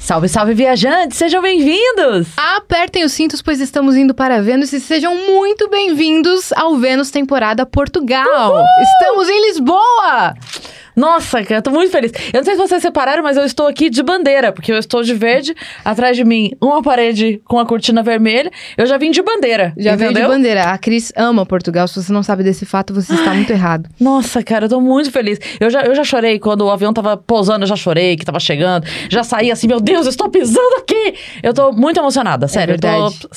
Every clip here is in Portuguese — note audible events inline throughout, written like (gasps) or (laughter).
Salve, salve, viajantes! Sejam bem-vindos! Apertem os cintos, pois estamos indo para Vênus e sejam muito bem-vindos ao Vênus Temporada Portugal! Estamos em Lisboa! Nossa, cara, eu tô muito feliz. Eu não sei se vocês separaram, mas eu estou aqui de bandeira, porque eu estou de verde. Atrás de mim, uma parede com a cortina vermelha. Eu já vim de bandeira. Já veio entendeu? de bandeira. A Cris ama Portugal. Se você não sabe desse fato, você está muito errado. Nossa, cara, eu tô muito feliz. Eu já, eu já chorei quando o avião tava pousando, eu já chorei que tava chegando. Já saí assim, meu Deus, eu estou pisando aqui! Eu tô muito emocionada, sério. eu verdade. tô...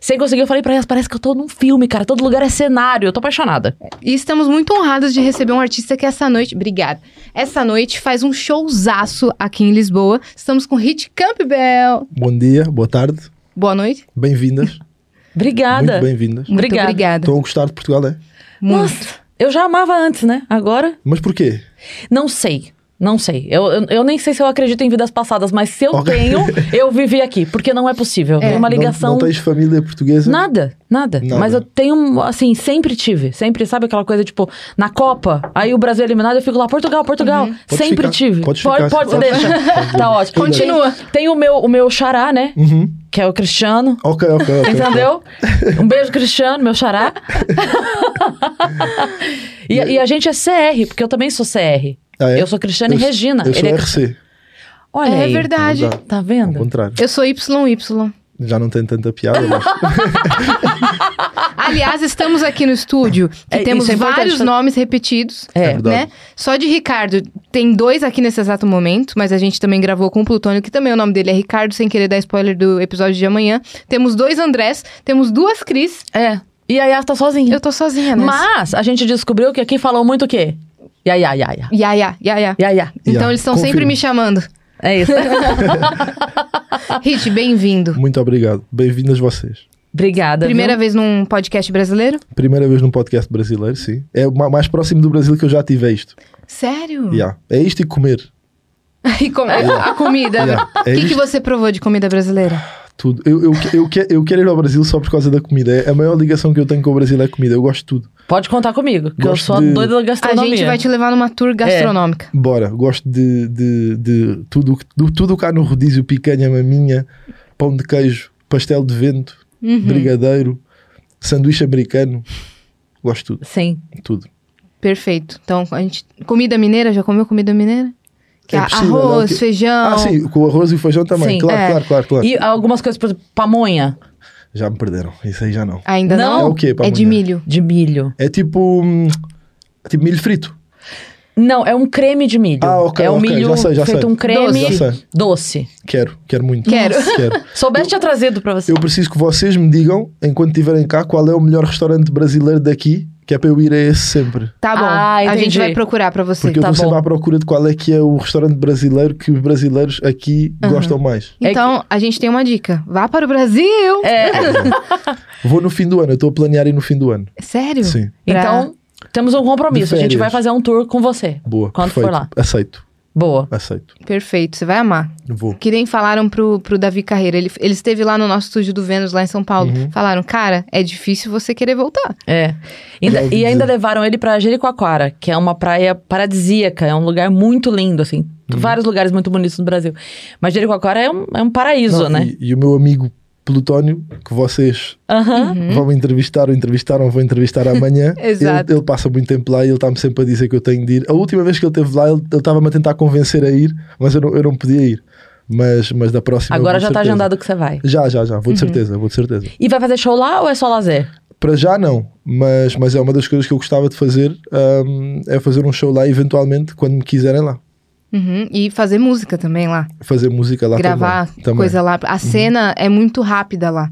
Sem conseguir, eu falei pra elas, parece que eu tô num filme, cara. Todo lugar é cenário. Eu tô apaixonada. E estamos muito honrados de receber um artista que essa noite. Obrigada. Essa noite faz um showzaço aqui em Lisboa. Estamos com Hit Campbell. Bom dia, boa tarde, Boa noite. bem-vindas. (laughs) Obrigada. Muito bem-vindas. Muito Obrigado. obrigada. Estão a gostar de Portugal, é? Muito. Nossa, eu já amava antes, né? Agora, Mas porquê? não sei. Não sei. Eu, eu, eu nem sei se eu acredito em vidas passadas, mas se eu Ok. tenho, eu vivi aqui. Porque não é possível. Tem uma Não- ligação. Não, tens família portuguesa? Nada, nada, Nada. Mas eu tenho, assim, sempre tive. Sempre, sabe aquela coisa, tipo, na Copa, aí o Brasil é eliminado, eu fico lá, Portugal, Portugal. Pode Sempre ficar, tive. pode pode, ficar, pode, pode deixa. (laughs) tá ótimo. Continua. Tem, tem o, meu, o meu xará, né? Uhum. Que é o Cristiano. Ok, ok, ok. (laughs) Entendeu? Um beijo, Cristiano, meu xará. e, e a gente é CR, porque eu também sou CR. Ah, é? Eu sou Cristiano Eu e sou- Regina. Eu sou Ele é... RC. Olha É aí. verdade. Exato. Tá Ao vendo? contrário. Eu sou YY. Já não tem tanta piada, mas... (laughs) Aliás, estamos aqui no estúdio que É, temos isso é importante, vários tá? nomes repetidos. É. É verdade. Né? Só de Ricardo, tem dois aqui nesse exato momento, mas a gente também gravou com o Plutônio, que também o nome dele é Ricardo, sem querer dar spoiler do episódio de amanhã. Temos dois Andrés, temos duas Cris. É. E a Yas tá sozinha. Eu tô sozinha, né? Mas a gente descobriu que aqui falam muito o quê? Iaia, iaia. Yaya, yaya. Iaia. Então Ya, eles estão confirmo. sempre me chamando. É (laughs) isso. Ah. Hit, bem-vindo. Muito obrigado. Bem-vindas vocês. Obrigada. Primeira viu? vez num podcast brasileiro? Primeira vez num podcast brasileiro, sim. É o ma- mais próximo do Brasil que eu já tive é isto. Hum. Sério? Yeah. É isto e comer. (laughs) E como- a comida? O Yeah. É que, que isto. você provou de comida brasileira? Tudo. Eu, eu, que- eu, que- eu quero ir ao Brasil só por causa da comida. É a maior ligação que eu tenho com o Brasil é a comida. Eu gosto de tudo. Pode contar comigo, que eu Gosto sou a de- doida da A gastronomia. É. gente vai te levar numa tour gastronômica. Bora, gosto de, de, de tudo o que- do- tudo o que há no rodízio: picanha, maminha, pão de queijo, pastel de vento, brigadeiro, sanduíche americano. Gosto de Sim. tudo, tudo. Perfeito. Então, a gente. Comida mineira, já comeu comida mineira? Que É é possível, arroz, não, que- feijão. Ah, sim, com o arroz e o feijão também. Sim, claro, é. claro, claro, claro. E algumas coisas, por exemplo, pamonha Já me perderam, isso aí já não. Ainda Não. não? É o quê, É de pamonha? milho. de milho. É tipo. hum, é tipo milho frito. Não, é um creme de milho. Ah, ok, É um ok, milho já sei, já feito sei. um creme Doce. Já sei. doce. Quero, quero muito. Quero. quero. Soubesse tinha trazido pra você. Eu preciso que vocês me digam, enquanto estiverem cá, qual é o melhor restaurante brasileiro daqui, que é para eu ir a esse sempre. Tá bom. Ah, a entendi. gente vai procurar pra você. Porque eu tá estou sempre bom. à procura de qual é que é o restaurante brasileiro que os brasileiros aqui gostam mais. É Então, a gente tem uma dica. Vá para o Brasil! Vou no fim do ano, eu estou a planear ir no fim do ano. Sério? Sim, Pra- Então, temos um compromisso. A gente De férias. vai fazer um tour com você. boa. Quando perfeito. for lá. Aceito, Boa. aceito. Perfeito, você vai amar. Vou. Que nem falaram pro, pro Davi Carreira. Ele, ele esteve lá no nosso estúdio do Vênus, lá em São Paulo. Uhum. Falaram, cara, é difícil você querer voltar. É. Ainda- Já ouvi e ainda dizer. levaram ele pra Jericoacoara, que é uma praia paradisíaca, é um lugar muito lindo, assim. Uhum. Vários lugares muito bonitos no Brasil. Mas Jericoacoara é um, é um paraíso, Não, né? e, e o meu amigo Plutónio, que vocês Aham. vão entrevistar ou entrevistaram, vão (laughs) entrevistar amanhã. Exato. Ele, ele passa muito tempo lá e ele está-me sempre a dizer que eu tenho de ir. A última vez que ele esteve lá, ele ele estava-me a tentar convencer a ir, mas eu não, eu não podia ir. Mas, mas da próxima. eu Agora vou já de tá certeza. agendado Uhum. que você vai. Já, já, já. Vou de certeza, vou de certeza. E vai fazer show lá ou é só lazer? Para já não, mas, mas é uma das coisas que eu gostava de fazer, hum, é fazer um show lá eventualmente, quando me quiserem lá. Uhum, E fazer música também lá. Fazer música lá Gravar também. Uhum. também. coisa lá. A cena é muito rápida lá.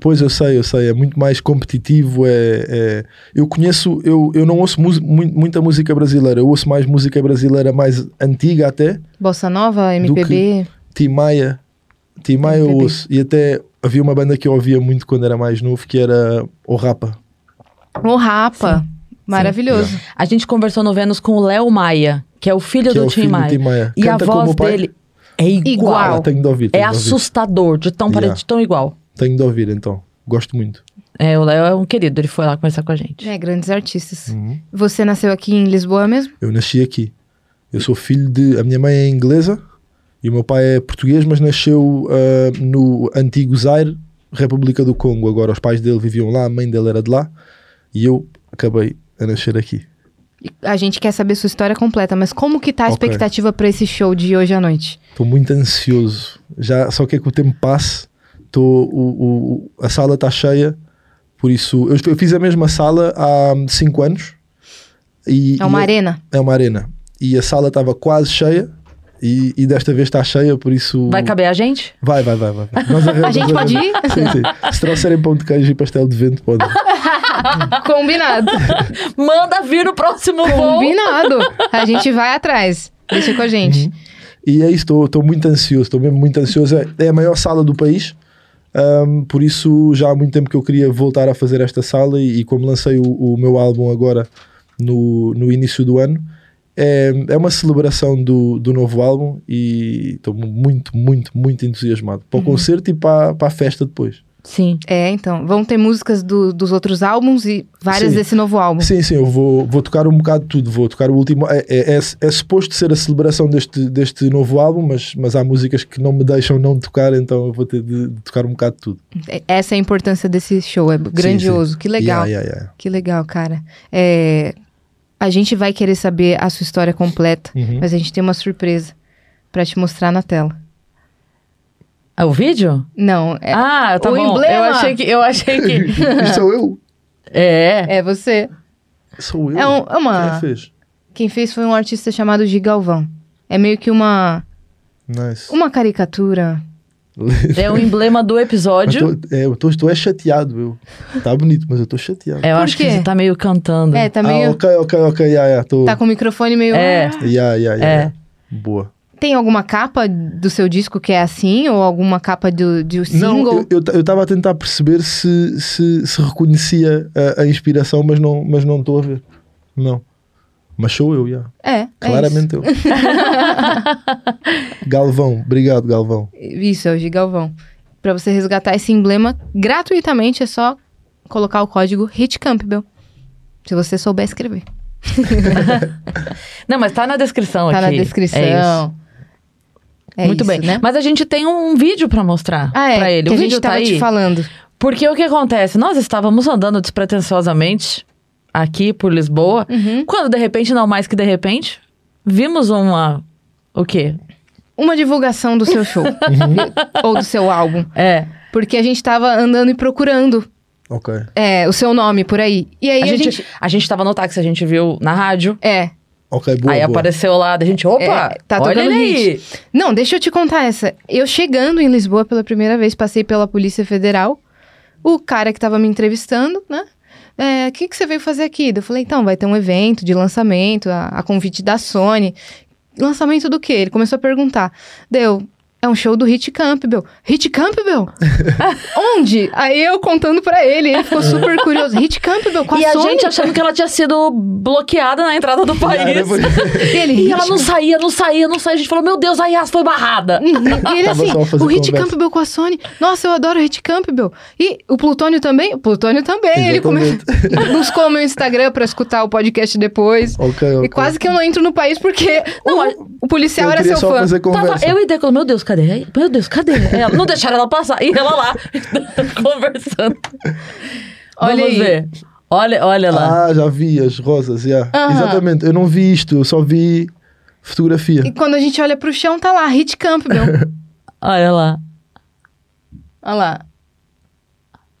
Pois eu sei, eu sei, é muito mais competitivo, é... é- Eu conheço, eu, eu não ouço mu- mu- muita música brasileira, eu ouço mais música brasileira mais antiga até, Bossa Nova, MPB. Tim Maia, Tim Maia eu MPB. ouço, e até havia uma banda que eu ouvia muito quando era mais novo, que era O Rapa. O Rapa. Maravilhoso. A gente conversou no Vênus com o Léo Maia, que é o filho Que do é o Tim filho do Maia. Tim Maia. E Canta a como voz o pai? dele é igual. Igual. Ah, tenho de ouvir, É tenho de ouvir. assustador de tão, pare- Yeah. de tão igual. Tenho de ouvir então, gosto muito. É, o Léo é um querido, ele foi lá conversar com a gente. É, grandes artistas. Uhum. Você nasceu aqui em Lisboa mesmo? Eu nasci aqui. Eu sou filho de. A minha mãe é inglesa E o meu pai é português, mas nasceu ah, no antigo Zaire, República do Congo. Agora os pais dele viviam lá, a mãe dele era de lá. E eu acabei a nascer aqui. A gente quer saber sua história completa, mas como que tá a Ok. expectativa pra esse show de hoje à noite? Estou muito ansioso. Já só quer que o tempo passe. Tô, o, o- a sala está cheia. Por isso, eu, eu fiz a mesma sala há 5 anos. E, É uma e- (laughs) arena? É uma arena. E a sala estava quase cheia. E, e desta vez está cheia, por isso. Vai caber a gente? Vai, vai, vai. vai. (laughs) Nós A arranjamos, gente pode ir? arranjamos. Sim, sim. Se trouxerem pão de queijo e pastel de vento, podem. Combinado. Manda vir no próximo voo. Combinado. A gente vai atrás. Deixa com a gente. E é isso, estou muito ansioso, estou mesmo muito ansioso. É- É a maior sala do país, ahm, por isso já há muito tempo que eu queria voltar a fazer esta sala. E, e como lancei o, o meu álbum agora no, no início do ano, é, é uma celebração do, do novo álbum. E estou muito, muito, muito entusiasmado para o Uhum. concerto e para, para a festa depois. Sim. É, então. Vão ter músicas do- dos outros álbuns e várias Sim. desse novo álbum. Sim, sim, eu vou, vou tocar um bocado de tudo. Vou tocar o último. É, é, é, é suposto ser a celebração deste, deste novo álbum, mas, mas há músicas que não me deixam não tocar, então eu vou ter de, de tocar um bocado de tudo. É- Essa é a importância desse show. É grandioso. Que legal. Yeah, yeah, yeah. Que legal, cara. É, a gente vai querer saber a sua história completa, Uhum. mas a gente tem uma surpresa pra te mostrar na tela. É o vídeo? Não, é, Ah, tá O bom. Eu emblema. achei que. Eu achei (laughs) que. Isto sou eu. É. é você. Sou eu. É, um- é Quem uma. é que fez? Quem fez foi um artista chamado Gigalvão. É meio que uma Nice. uma caricatura. É o emblema do Mas episódio. tô- é, eu tô- estou é chateado, eu. Está bonito, mas eu estou chateado. É, eu Por acho que quê? você tá meio cantando. É, tá meio. Ah, ok, ok, ok, yeah, yeah, tô... Tá com o microfone meio. É. yeah, yeah, yeah, É. yeah. Boa. Tem alguma capa do seu disco que é assim? Ou alguma capa do, de um single? Não, eu- eu estava a tentar perceber se, se, se reconhecia a, a inspiração, mas não mas não estou a ver. Não. Mas sou eu, já. É, é Claramente eu. Galvão, obrigado, Galvão. isso. Isso, é o Gigalvão. Pra você resgatar esse emblema gratuitamente, é só colocar o código HIT Campbell. Se você souber escrever. Não, mas tá na descrição tá aqui. na descrição. É isso. É Muito isso, bem. né? Mas a gente tem um vídeo pra mostrar Ah, é. pra ele. que o a vídeo gente tá tava aí. te falando. Porque o que acontece? Nós estávamos andando despretensiosamente aqui por Lisboa, Uhum. quando de repente, não mais que de repente, vimos uma. O quê? Uma divulgação do seu show. Uhum. (laughs) Ou do seu álbum. É. Porque a gente tava andando e procurando Ok. é, o seu nome por aí. E aí a, a, gente, a gente tava no táxi, a gente viu na rádio. É, Ok, boa. aí boa. apareceu lá, da gente, opa, É, tá olha tocando ele aí. Não, deixa eu te contar essa. Eu chegando em Lisboa pela primeira vez, passei pela Polícia Federal. O cara que tava me entrevistando, né? É, o que, que você veio fazer aqui? Eu falei, então, vai ter um evento de lançamento, a, a convite da Sony. Lançamento do quê? Ele começou a perguntar. Deu, é um show do Hit Campbell. Hit Campbell? (laughs) Onde? Aí eu contando pra ele, ele ficou super curioso. Hit Campbell com a E a Sony? gente achando que ela tinha sido bloqueada na entrada (laughs) do Ah, país. depois- Ele, E ela "Hit não saía, não saía, não saía. A gente falou, meu Deus, a Yas foi Tá, barrada. Uhum. E (laughs) ele Tava assim, só fazendo o Hit conversa. Campbell com a Sony. Nossa, eu adoro o Hit Campbell. E o Plutônio também? O Plutônio também. (laughs) Ele come... (laughs) buscou meu Instagram pra escutar o podcast depois. ok, ok. E quase que eu não entro no país porque o, o policial eu era queria seu só fã. fazer conversa. Tava Tá, eu e Deco, meu Deus, cadê? Meu Deus, cadê? Ela, não deixaram ela passar. E ela lá, (laughs) conversando. Olha Vamos aí. ver. Olha, olha lá. Ah, já vi as rosas, já. Aham. Exatamente, eu não vi isto, eu só vi fotografia. E quando a gente olha pro chão, tá lá, Hit (laughs) Campbell. Olha lá. Olha lá,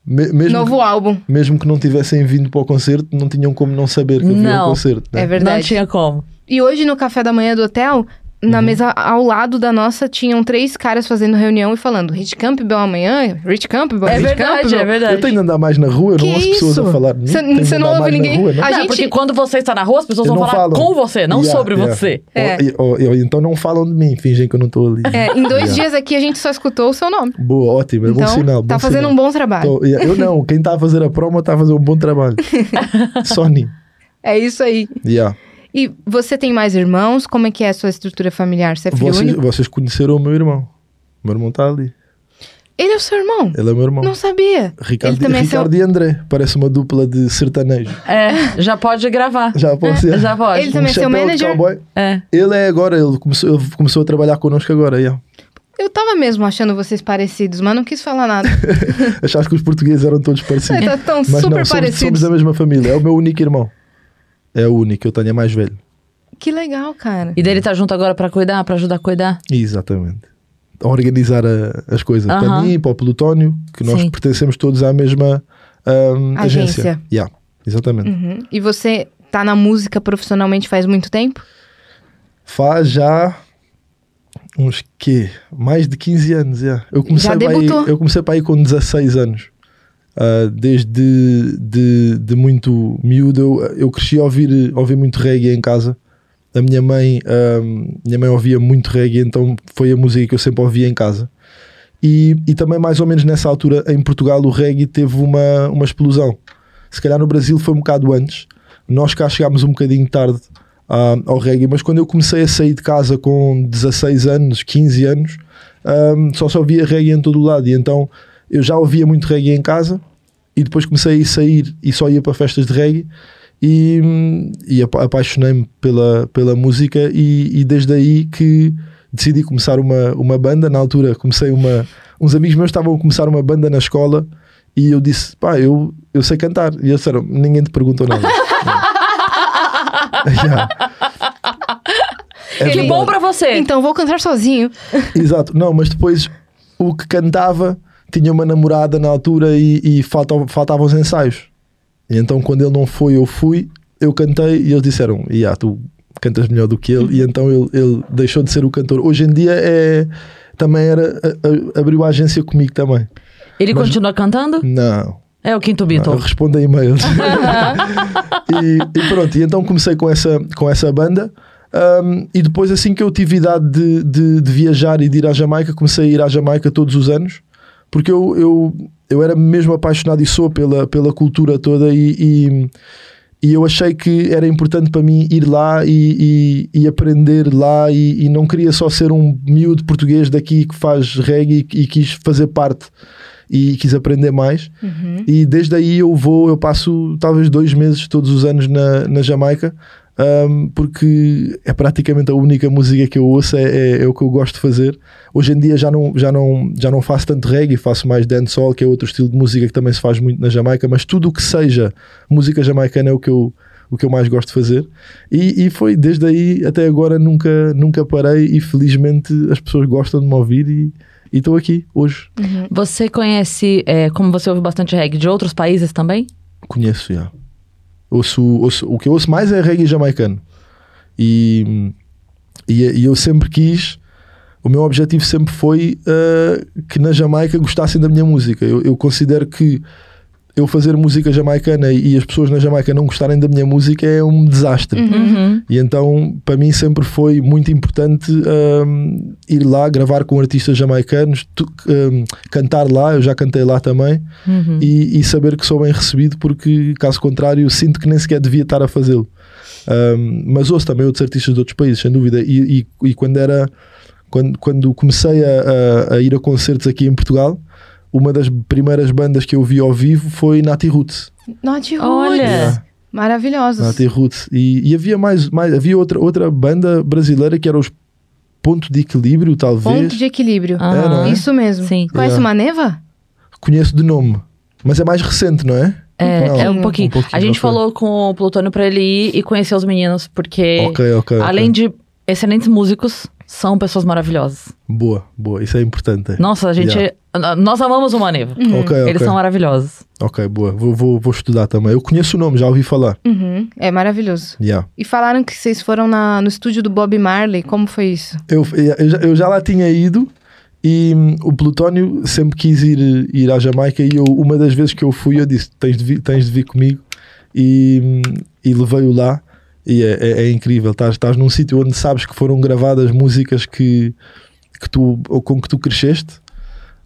Me- mesmo, novo álbum. que, mesmo que não tivessem vindo para o concerto, não tinham como não saber que havia Não. um concerto. né? É Não verdade. tinha como. E hoje no café da manhã do hotel, na Uhum. mesa ao lado da nossa, tinham três caras fazendo reunião e falando Hit Campbell amanhã, Rich Campbell, É Hit verdade, Campbell. é verdade. Eu tenho de andar mais na rua, eu Que não ouço pessoas isso? a falar. de mim, Cê- tenho de cê não andar ouve mais na ninguém? Ah, rua, não. A não, gente- porque quando você está na rua, as pessoas Eu vão não falar falo. com você, não Yeah, sobre yeah. você. É. Ou- ou- ou então não falam de mim, fingem que eu não estou ali. É, em dois Yeah. dias aqui a gente só escutou o seu nome. Boa, ótimo, é então, bom sinal. tá bom fazendo sinal. um bom trabalho. Tô- yeah, Eu não, quem está a fazer a promo está a fazer um bom (laughs) trabalho. Sony. É isso aí. Yeah. E você tem mais irmãos? Como é que é a sua estrutura familiar? Você é filho Vocês, único? vocês conheceram o meu irmão. O meu irmão está tá ali. Ele é o seu irmão? Ele é meu irmão. Não sabia. Ricardo, Ele também é seu- Ricardo e André. Parece uma dupla de sertanejo. (laughs) É, já pode gravar. Já posso ir? Já pode. Ele Um também é seu chapéu de manager? cowboy. É. Ele é agora, ele começou, ele começou a trabalhar connosco agora. Yeah. Eu tava mesmo achando vocês parecidos, mas não quis falar (laughs) nada. Achaste que os portugueses eram todos parecidos. Tá tão Mas super não, somos, parecidos. somos da mesma família. É o meu único irmão. É o único, eu tenho é mais velho. Que legal, cara. E dele tá junto agora pra cuidar, pra ajudar a cuidar. Exatamente. A organizar a- as coisas para Aham. mim, para o Plutónio, que nós Sim. pertencemos todos à mesma ahm, agência. Agência. Yeah, exatamente. Uhum. E você tá na música profissionalmente faz muito tempo? Faz já uns quê? Mais de 15 anos, yeah. eu comecei Já para aí, debutou? Eu comecei para aí com 16 anos. Ah, desde de, de muito miúdo eu, eu cresci a ouvir, a ouvir muito reggae em casa. A minha mãe, ahm, minha mãe ouvia muito reggae, então foi a música que eu sempre ouvia em casa. E, e também mais ou menos nessa altura em Portugal o reggae teve uma, uma explosão. Se calhar no Brasil foi um bocado antes. Nós cá chegámos um bocadinho tarde ah, ao reggae, mas quando eu comecei a sair de casa com 16 anos, 15 anos, ahm, só só ouvia reggae em todo o lado. E então eu já ouvia muito reggae em casa e depois comecei a sair e só ia para festas de reggae e, hum, e apa- apaixonei-me pela, pela música e, e desde aí que decidi começar uma, uma banda. Na altura comecei uma... Uns amigos meus estavam a começar uma banda na escola e eu disse, pá, eu, eu sei cantar. E eles disseram, ninguém te perguntou nada. (laughs) Yeah. É que verdade. bom pra você. Então vou cantar sozinho. Exato, não, mas depois o que cantava tinha uma namorada na altura e, e faltavam, faltavam os ensaios. E então quando ele não foi, eu fui, eu cantei e eles disseram: yeah, tu cantas melhor do que ele. E então ele, ele deixou de ser o cantor. Hoje em dia é. Também era. a- a- abriu a agência comigo também. Ele continua cantando? Não. É o quinto Não, Beatle. eu respondo a e-mails. e, e pronto, e então comecei com essa, com essa banda. Um, e depois, assim que eu tive idade de, de, de viajar e de ir à Jamaica, comecei a ir à Jamaica todos os anos, porque eu, eu, eu era mesmo apaixonado e sou pela, pela cultura toda. E, e, e eu achei que era importante para mim ir lá e, e, e aprender lá. E, e não queria só ser um miúdo português daqui que faz reggae e, e quis fazer parte e quis aprender mais. E desde aí eu vou, eu passo talvez dois meses todos os anos na, na Jamaica, ahm, porque é praticamente a única música que eu ouço, é, é- é o que eu gosto de fazer. Hoje em dia já não, já não, já não faço tanto reggae, faço mais dancehall, que é outro estilo de música que também se faz muito na Jamaica, mas tudo o que seja música jamaicana é o que eu o que eu mais gosto de fazer e, e foi desde aí até agora nunca nunca parei e felizmente as pessoas gostam de me ouvir e e estou aqui hoje Você conhece, é, como você ouve bastante reggae, de outros países também? Conheço, já. Ouço, ouço- o que eu ouço mais é reggae jamaicano. E, e, e eu sempre quis, o meu objetivo sempre foi ah, que na Jamaica gostassem da minha música. Eu, eu considero que eu fazer música jamaicana e as pessoas na Jamaica não gostarem da minha música é um desastre. Uhum. E então, para mim, sempre foi muito importante hum, ir lá gravar com artistas jamaicanos, tu- hum, cantar lá. Eu já cantei lá também. uhum. Hum. E, e saber que sou bem recebido, porque caso contrário, sinto que nem sequer devia estar a fazê-lo. Hum, mas ouço também outros artistas de outros países, sem dúvida. E, e- e quando era. Quando, quando comecei a, a- a ir a concertos aqui em Portugal, uma das primeiras bandas que eu vi ao vivo foi Nati Roots. Not Roots. Olha. Yeah. Maravilhosos. Nati Roots. E, e havia mais, mais havia outra, outra banda brasileira que era os Ponto de Equilíbrio, talvez. Ponto de equilíbrio. Aham. não é? Isso mesmo. Sim. Conhece Yeah. uma neva? Conheço de nome, mas é mais recente, não é? É, Não, é um, pouquinho. um pouquinho, A gente ok. falou com o Plutônio pra ele ir e conhecer os meninos, porque ok, ok. ok. além de excelentes músicos, são pessoas maravilhosas. Boa, boa, isso é importante. Nossa, a gente. Yeah. É, n- Nós amamos o Manevo. Ok, ok. Eles são maravilhosos. Ok, boa, vou, vou, vou estudar também. Eu conheço o nome, já ouvi falar. Uhum. É maravilhoso. Yeah. E falaram que vocês foram na- no estúdio do Bob Marley. Como foi isso? Eu, eu, já- eu já lá tinha ido e hum, o Plutónio sempre quis ir, ir à Jamaica e eu, uma das vezes que eu fui eu disse, tens de vir, tens de vir comigo e, hum, e levei-o lá e é, é- é incrível, estás, estás num sítio onde sabes que foram gravadas músicas que, que tu, ou com que tu cresceste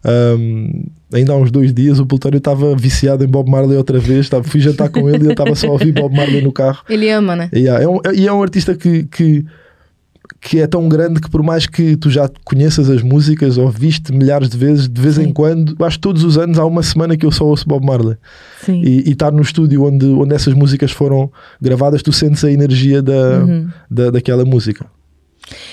Hum, ainda há uns dois dias o Plutónio estava viciado em Bob Marley outra vez, estava- fui jantar com ele e é eu estava só a ouvir Bob Marley no carro Ele ama, né? Yeah, é um, e é um artista que, que que é tão grande que por mais que tu já conheças as músicas, ouviste milhares de vezes, de vez em quando, acho que todos os anos há uma semana que eu só ouço Bob Marley. Sim. E estar no estúdio onde, onde essas músicas foram gravadas, tu sentes a energia da, da, daquela música.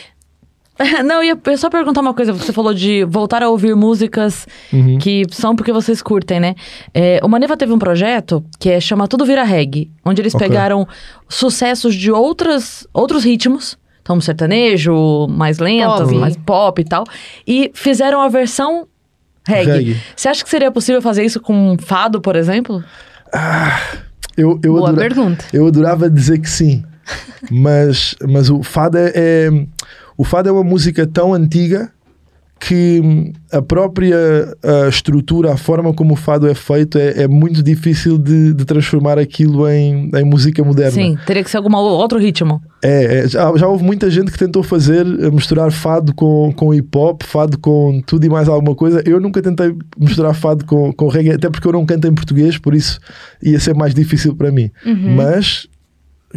(laughs) Não, eu ia eu só perguntar uma coisa. Você falou de voltar a ouvir músicas Uhum. que são porque vocês curtem, né? É, o Maneva teve um projeto que é, chama Tudo Vira Reggae, onde eles Ok. pegaram sucessos de outras, outros ritmos. Então, sertanejo, mais lentas, Pop. mais pop e tal. E fizeram a versão reggae. Reggae. Você acha que seria possível fazer isso com um fado, por exemplo? Eu, eu, Boa adora- pergunta. eu adorava dizer que sim, mas, mas o fado é, é- o fado é uma música tão antiga que hum, a própria a estrutura, a forma como o fado é feito é, é muito difícil de, de transformar aquilo em, em música moderna. Sim, teria que ser algum outro ritmo. É, é, já, já houve muita gente que tentou fazer eh, misturar fado com, com hip hop, fado com tudo e mais alguma coisa. Eu nunca tentei misturar fado com, com reggae, até porque eu não canto em português, por isso ia ser mais difícil para mim. Uhum. Mas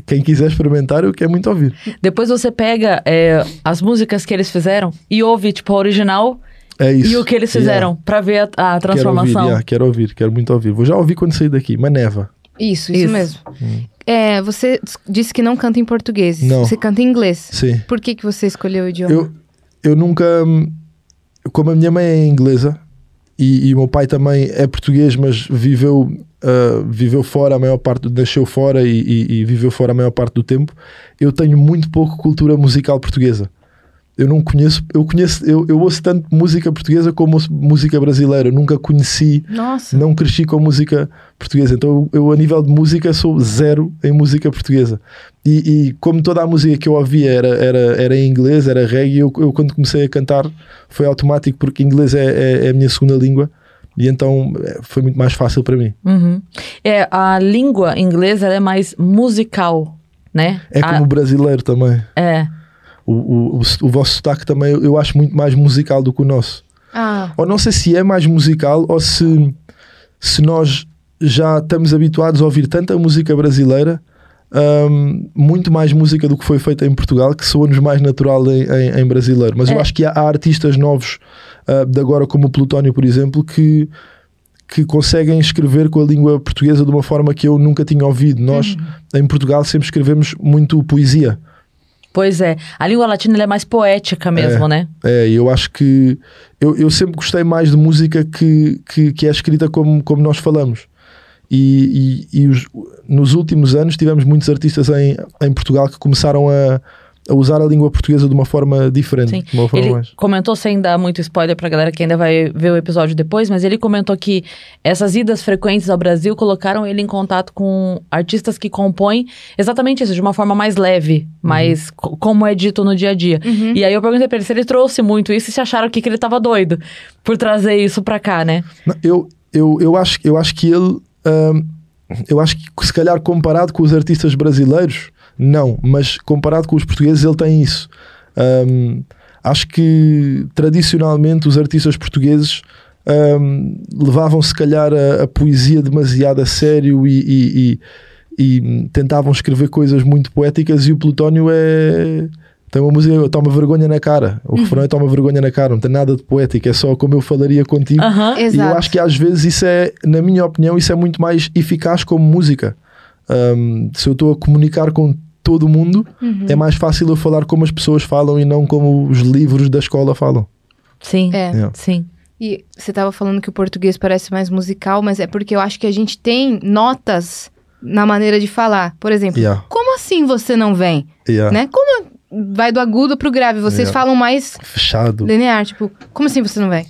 quem quiser experimentar, eu quero muito ouvir. Depois você pega é, as músicas que eles fizeram e ouve, tipo, a original É isso. e o que eles Yeah. fizeram pra ver a, a Quero ouvir, transformação. yeah, quero ouvir, quero muito ouvir. Vou já ouvir quando sair daqui, Maneva. Isso, isso, Isso. mesmo. É, você s- disse que não canta em português. Hum. Não. Você canta em inglês. Sim. Por que, que você escolheu o idioma? Eu, eu nunca. hum, Como a minha mãe é inglesa e, e o meu pai também é português, mas viveu, ah, viveu fora a maior parte, nasceu fora e, e- e viveu fora a maior parte do tempo, eu tenho muito pouco cultura musical portuguesa. Eu não conheço, eu conheço, eu, eu ouço tanto música portuguesa como ouço música brasileira. Eu nunca conheci, Nossa. não cresci com música portuguesa. Então eu, eu, a nível de música, sou zero em música portuguesa. E, e como toda a música que eu ouvia era, era, era em inglês, era reggae, eu, eu quando comecei a cantar foi automático, porque inglês é, é, é a minha segunda língua. E então eh, foi muito mais fácil para mim. Uhum. É, a língua inglesa ela é mais musical, né? É A- como o brasileiro também. é. O, o, o, o vosso sotaque também eu, eu acho muito mais musical do que o nosso. Ah, ou não sei se é mais musical ou se, se nós já estamos habituados a ouvir tanta música brasileira, hum, muito mais música do que foi feita em Portugal, que soa-nos mais natural em, em- em brasileiro. Mas eu É. acho que há, há artistas novos ah, de agora, como o Plutónio, por exemplo, que que conseguem escrever com a língua portuguesa de uma forma que eu nunca tinha ouvido. Nós, em Portugal, sempre escrevemos muito poesia. Pois é. A língua latina ela é mais poética mesmo, né? É, eu acho que eu, eu sempre gostei mais de música que, que, que é escrita como, como nós falamos. E, e, e os- nos últimos anos tivemos muitos artistas em, em Portugal que começaram a, a usar a língua portuguesa de uma forma diferente. Sim. De uma Hum, forma Ele mais. comentou, sem dar muito spoiler pra galera que ainda vai ver o episódio depois, mas ele comentou que essas idas frequentes ao Brasil colocaram ele em contato com artistas que compõem exatamente isso, de uma forma mais leve, mais co- como é dito no dia a dia. Uhum. E aí eu perguntei pra ele se ele trouxe muito isso e se acharam que, que ele tava doido por trazer isso pra cá, né? Não, eu, eu, eu, acho, eu acho que ele. hum, eu acho que, se calhar, comparado com os artistas brasileiros, não, mas comparado com os portugueses, ele tem isso. Hum, acho que tradicionalmente os artistas portugueses hum, levavam, se calhar, a, a poesia demasiado a sério e. e- e- e, hum, tentavam escrever coisas muito poéticas e o Plutónio é tem uma música, toma vergonha na cara o refrão é toma vergonha na cara, não tem nada de poético é só como eu falaria contigo Aham. e eu exato. acho que às vezes isso é, na minha opinião, isso é muito mais eficaz como música. Hum, se eu estou a comunicar com todo mundo, Uhum. é mais fácil eu falar como as pessoas falam e não como os livros da escola falam. Sim. É. Yeah. Sim. E você tava falando que o português parece mais musical, mas é porque eu acho que a gente tem notas na maneira de falar. Por exemplo, Yeah. como assim você não vem? Yeah. Né? Como vai do agudo pro grave? Vocês Yeah. falam mais Fechado. linear, tipo, como assim você não vem?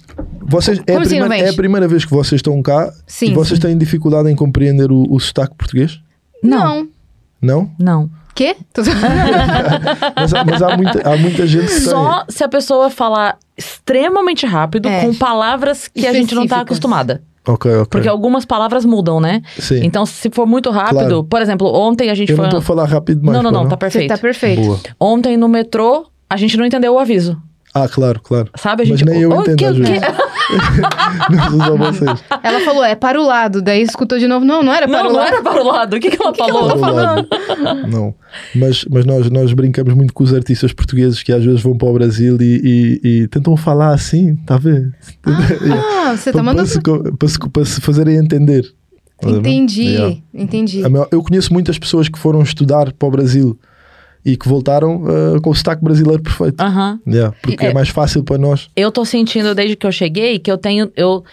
Vocês, é, a Como assim, primeira, não vens? é a primeira vez que vocês estão cá Sim, e vocês têm dificuldade em compreender o, o sotaque português? Não. Não. Não? Não. Quê? Tô- (laughs) Mas, há- mas há, muita, há muita gente que tem. Só se a pessoa falar extremamente rápido, É. com palavras que a gente não tá Específicas. acostumada. Ok, ok. Porque algumas palavras mudam, né? É. Sim. Então, se for muito rápido, Claro. por exemplo, ontem a gente eu não foi. estou a falar rápido demais. não, não, pá, não, tá Você perfeito. tá perfeito. Boa. Ontem no metrô, a gente não entendeu o aviso. Ah, claro, claro. Sabe? A Mas gente. nem eu Oh, entendo que- às que- vezes. (laughs) não sou só vocês. Ela falou, é para o lado. Daí escutou de novo, não, não era (laughs) para Não, o não lado. era para o lado. O que, que ela falou? Para o lado. Não. Mas, mas nós, nós brincamos muito com os artistas portugueses que às vezes vão para o Brasil e, e- e tentam falar assim, está a ver? (laughs) Ah, você para, tá mandando... se, co- para, se, co- para se fazerem entender. Tá a ver? Entendi, Yeah. entendi. A maior- Eu conheço muitas pessoas que foram estudar para o Brasil e que voltaram ah, com o sotaque brasileiro perfeito. Aham. Yeah, porque é. Ah. É. mais fácil para nós. eu tô sentindo desde que eu cheguei que eu tenho. Eu,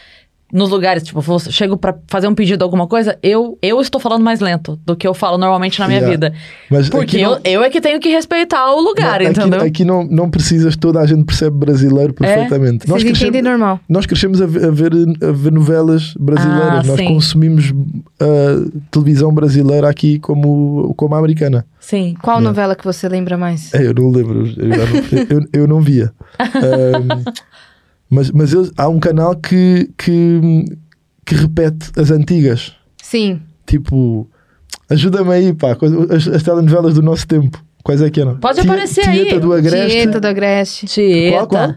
nos lugares, tipo, vou- chego pra fazer um pedido, alguma coisa, eu, eu estou falando mais lento do que eu falo normalmente na minha Yeah. vida. Mas Porque aqui eu, não- eu é que tenho que respeitar o lugar, não, é aqui- entendeu? Aqui, não, não precisas, toda a gente percebe brasileiro perfeitamente. Vocês entendem normal. Nós crescemos a ver, a ver, a ver novelas brasileiras, Ah, nós sim. consumimos ah, televisão brasileira aqui como, como a americana. Sim. Qual Yeah. novela que você lembra mais? É, eu não lembro, eu, já não, eu, eu não (laughs) via. Ahm, mas mas eu- há um canal que, que, que repete as antigas, Sim. tipo, ajuda-me aí, pá, quais- as, as telenovelas do nosso tempo. Quais é que eram? Pode Tia- aparecer Tieta aí. do Agreste. Tieta do Agreste. Tieta. Qual, qual?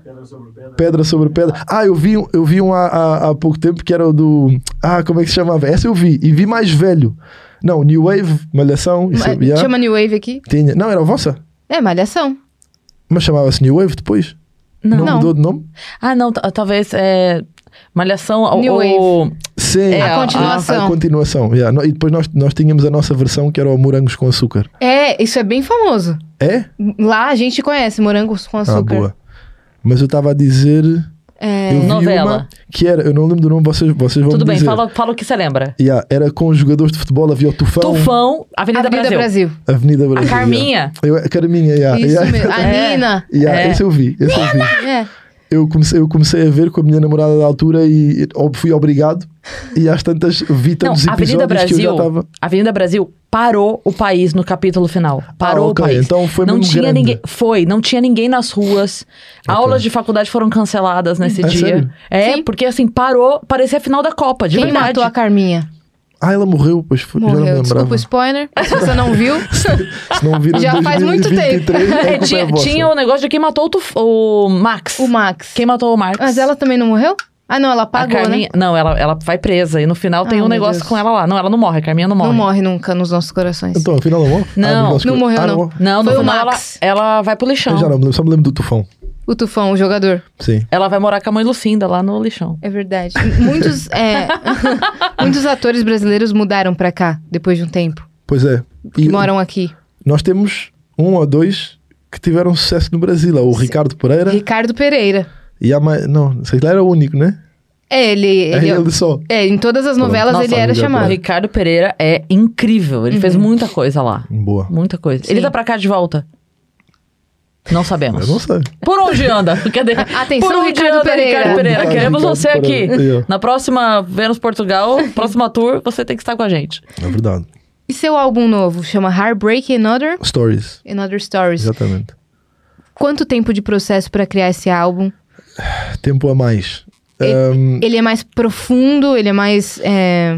Pedra sobre pedra. Ah, eu vi, um- eu vi um há, há, há pouco tempo que era o do. Ah, como é que se chamava? Essa eu vi. E vi mais velho. Não, New Wave, Malhação. Isso, é, Ma- yeah. Chama New Wave aqui. Tinha. Não, era a vossa. É, Malhação. Mas chamava-se New Wave depois. Não. Não. mudou de nome? Ah, não, t- talvez. É, malhação New ou. Sim. Ah, É, A a- continuação. A, continuação. yeah. No- E depois nós, nós tínhamos a nossa versão que era o Morangos com Açúcar. É, isso é bem famoso. É? Lá a gente conhece morangos com Ah, açúcar. É, boa. Mas eu estava a dizer. eu vi É, Novela. uma que era. Eu não lembro do nome, vocês, vocês vão Tudo me bem, dizer. fala, fala o que você lembra. Yeah, era com os jogadores de futebol, havia o Tufão, Tufão, Avenida, Avenida Brasil. Brasil. Então, Avenida Brasil. A yeah. Carminha. Eu, Ah, a Carminha, yeah. Isso yeah. (laughs) mesmo. Ah, A É. Nina. Yeah, É. Esse eu vi, esse eu vi. É. Eu comecei, eu comecei a ver com a minha namorada da altura e e, ob- fui obrigado. E às tantas vi Não, tantos episódios Avenida Então, que eu já Brasil. estava. Avenida Brasil parou o país no capítulo final. Parou Ah, ok, o país. então foi não mesmo tinha grande. ninguém. Foi, não tinha ninguém nas ruas. Aulas de faculdade foram canceladas nesse É dia. sério? É, Sim. porque assim, parou, parecia a final da Copa, de Quem verdade. matou a Carminha? Ah, ela morreu, pois foi. já não me Morreu. lembrava. Desculpa o spoiler. (laughs) Se você não viu, Se não viram em Já faz muito (laughs) 2023, a (laughs) É, culpa tinha, é vossa. tinha o negócio de quem matou o, Tuf- o Max. o Max. Quem matou o Max? Mas é ela também não morreu? Ah, não, ela a pagou, né? Carminha, Não, ela, ela vai presa. E no final tem Ah, um meu negócio Deus. com ela lá. Não, ela não morre. A Carminha não morre. Não morre nunca nos nossos corações. Então, afinal ela morreu? Não, Ah, nosso- não morreu, ah, não. Não, no Foi o final ela, Max. ela vai pro lixão. Eu já não me lembro, só me lembro do Tufão. O Tufão, o jogador. Sim. Ela vai morar com a mãe Lucinda lá no lixão. É verdade. Muitos, é, (laughs) muitos atores brasileiros mudaram pra cá depois de um tempo. Pois é. Que E moram aqui. nós temos um ou dois que tiveram sucesso no Brasil. é O Ricardo Pereira Ricardo Pereira. e a Ma... Não, sei lá, era o único, né? É, ele. É ele- ele só. é, em todas as novelas Nossa, ele era amiga, O chamado. Ricardo Pereira é incrível. Ele fez muita coisa lá. Boa. Muita coisa. Uhum. Sim. Ele tá pra cá de volta? Não sabemos. Eu não sei. Por onde anda? (laughs) Cadê? Atenção, Por onde Ricardo anda, Pereira. Ricardo Pereira? Obrigado, Queremos Ricardo você aqui. Pereira. Aí, ó. Na próxima Vênus Portugal, próxima tour, você tem que estar com a gente. É verdade. E seu álbum novo chama Heartbreak and Other, Stories. and Other Stories. Exatamente. Quanto tempo de processo pra criar esse álbum? Tempo a mais. Ahm, Ele é mais profundo, ele é mais. é,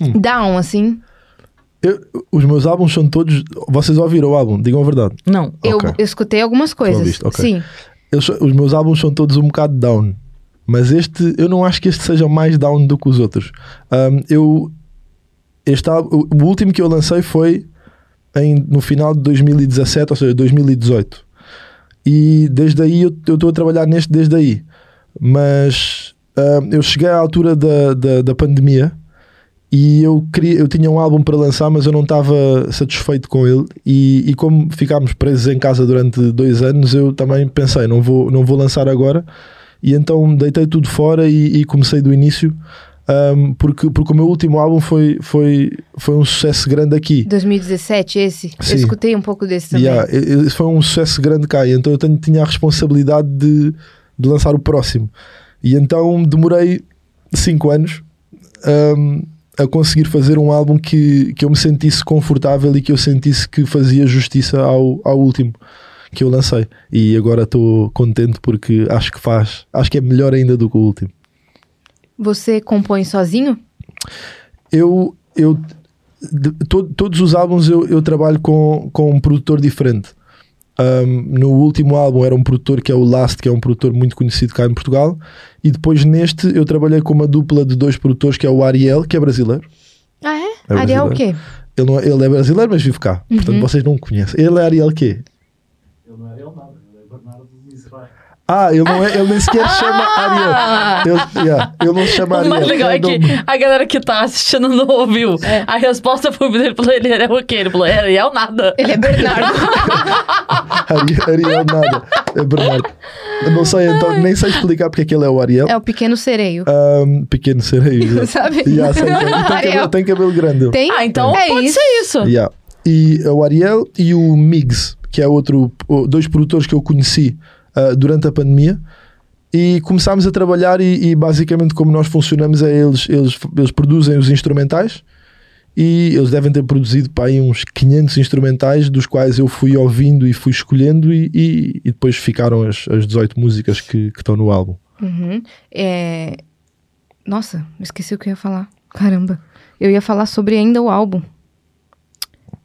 Hum. Down, assim. eu- os meus álbuns são todos. Vocês ouviram o álbum? Digam a verdade. Não. Eu, Ok. eu escutei algumas coisas. ouviste, ok. Sim. Eu sou- os meus álbuns são todos um bocado down. Mas este, eu não acho que este seja mais down do que os outros. Ahm, eu. Este álbum, o último que eu lancei foi em- no final de 2017, ou seja, 2018. E desde aí eu eu estou a trabalhar neste desde aí. Mas ahm, eu cheguei à altura da, da, da pandemia e eu, queria, eu tinha um álbum para lançar, mas eu não estava satisfeito com ele. E, e como ficámos presos em casa durante dois anos, eu também pensei, não vou, não vou lançar agora. E então deitei tudo fora e, e comecei do início. ahm, porque, porque o meu último álbum foi, foi, foi um sucesso grande aqui. 2017, esse. Sim. Eu escutei um pouco desse também. Yeah, e- e- foi um sucesso grande cá, e então eu tenho- tinha a responsabilidade de, de lançar o próximo. E então demorei 5 anos hum, a conseguir fazer um álbum que, que eu me sentisse confortável e que eu sentisse que fazia justiça ao, ao último que eu lancei. E agora estou contente porque acho que faz, acho que é melhor ainda do que o último. Você compõe sozinho? eu, eu de- to- todos os álbuns eu, eu trabalho com, com um produtor diferente. Um, no último álbum era um produtor que é o Last, que é um produtor muito conhecido cá em Portugal. E depois neste eu trabalhei com uma dupla de dois produtores que é o Ariel, que é brasileiro. Ah, é? Ariel o quê? Ele, não é, ele é brasileiro, mas vive cá. Uhum. Portanto, vocês não o conhecem. Ele é Ariel quê? Ele não é ele nada, ele é Bernardo Miserável. Ah, ele, não é, ele (laughs) nem sequer se chama Ariel. Ele, yeah, ele não se chama O Ariel. mais legal é que Random. a galera que tá assistindo não ouviu. É. A resposta foi dele falou, ele era o quê? Ele falou, era e é o nada. Ele é Bernardo. Ari- (laughs) Ariel nada. É Bernardo. Eu não sei, então nem sei explicar porque é que ele é o Ariel. é o pequeno sereio. Ahm, (laughs) pequeno sereio. Sabe? Yeah, (laughs) sem cabelo. E tem, Ariel. cabelo, tem cabelo grande. ele. Tem? (laughs) Ah, então é pode isso. ser isso. Yeah. E é o Ariel e o Migs, que é outro, o- dois produtores que eu conheci ah, durante a pandemia. E começámos a trabalhar e, e basicamente como nós funcionamos é eles, eles, eles produzem os instrumentais e eles devem ter produzido para aí uns 500 instrumentais dos quais eu fui ouvindo e fui escolhendo e, e- e depois ficaram as, as 18 músicas que, que estão no álbum. Uhum. É... Nossa, esqueci o que eu ia falar. Caramba. Eu ia falar sobre ainda o álbum.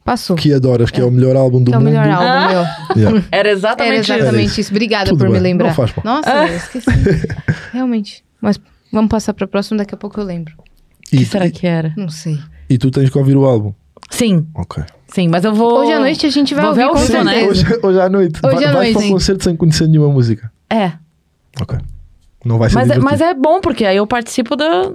Passou. Que adoras, que é o melhor álbum do Que é o mundo. melhor álbum, Ah, meu. Yeah. Era (laughs) Era exatamente, isso. exatamente isso. Obrigada Tudo por me bem, lembrar. não faz mal. Nossa, Ah. eu (laughs) esqueci. Realmente. Mas vamos passar pra próxima, daqui a pouco eu lembro. O E, que será que era? Não sei. e tu tens que ouvir o álbum. Sim, Ok. sim, mas eu vou... Hoje à noite a gente vai Vou ver ouvir, ao com vivo, certeza. né? Hoje, é hoje à noite. Hoje vai, à vais noite, para um hein? concerto sem conhecer nenhuma música. É, Ok. Não vai ser mas é, divertido. mas é bom, porque aí eu participo da...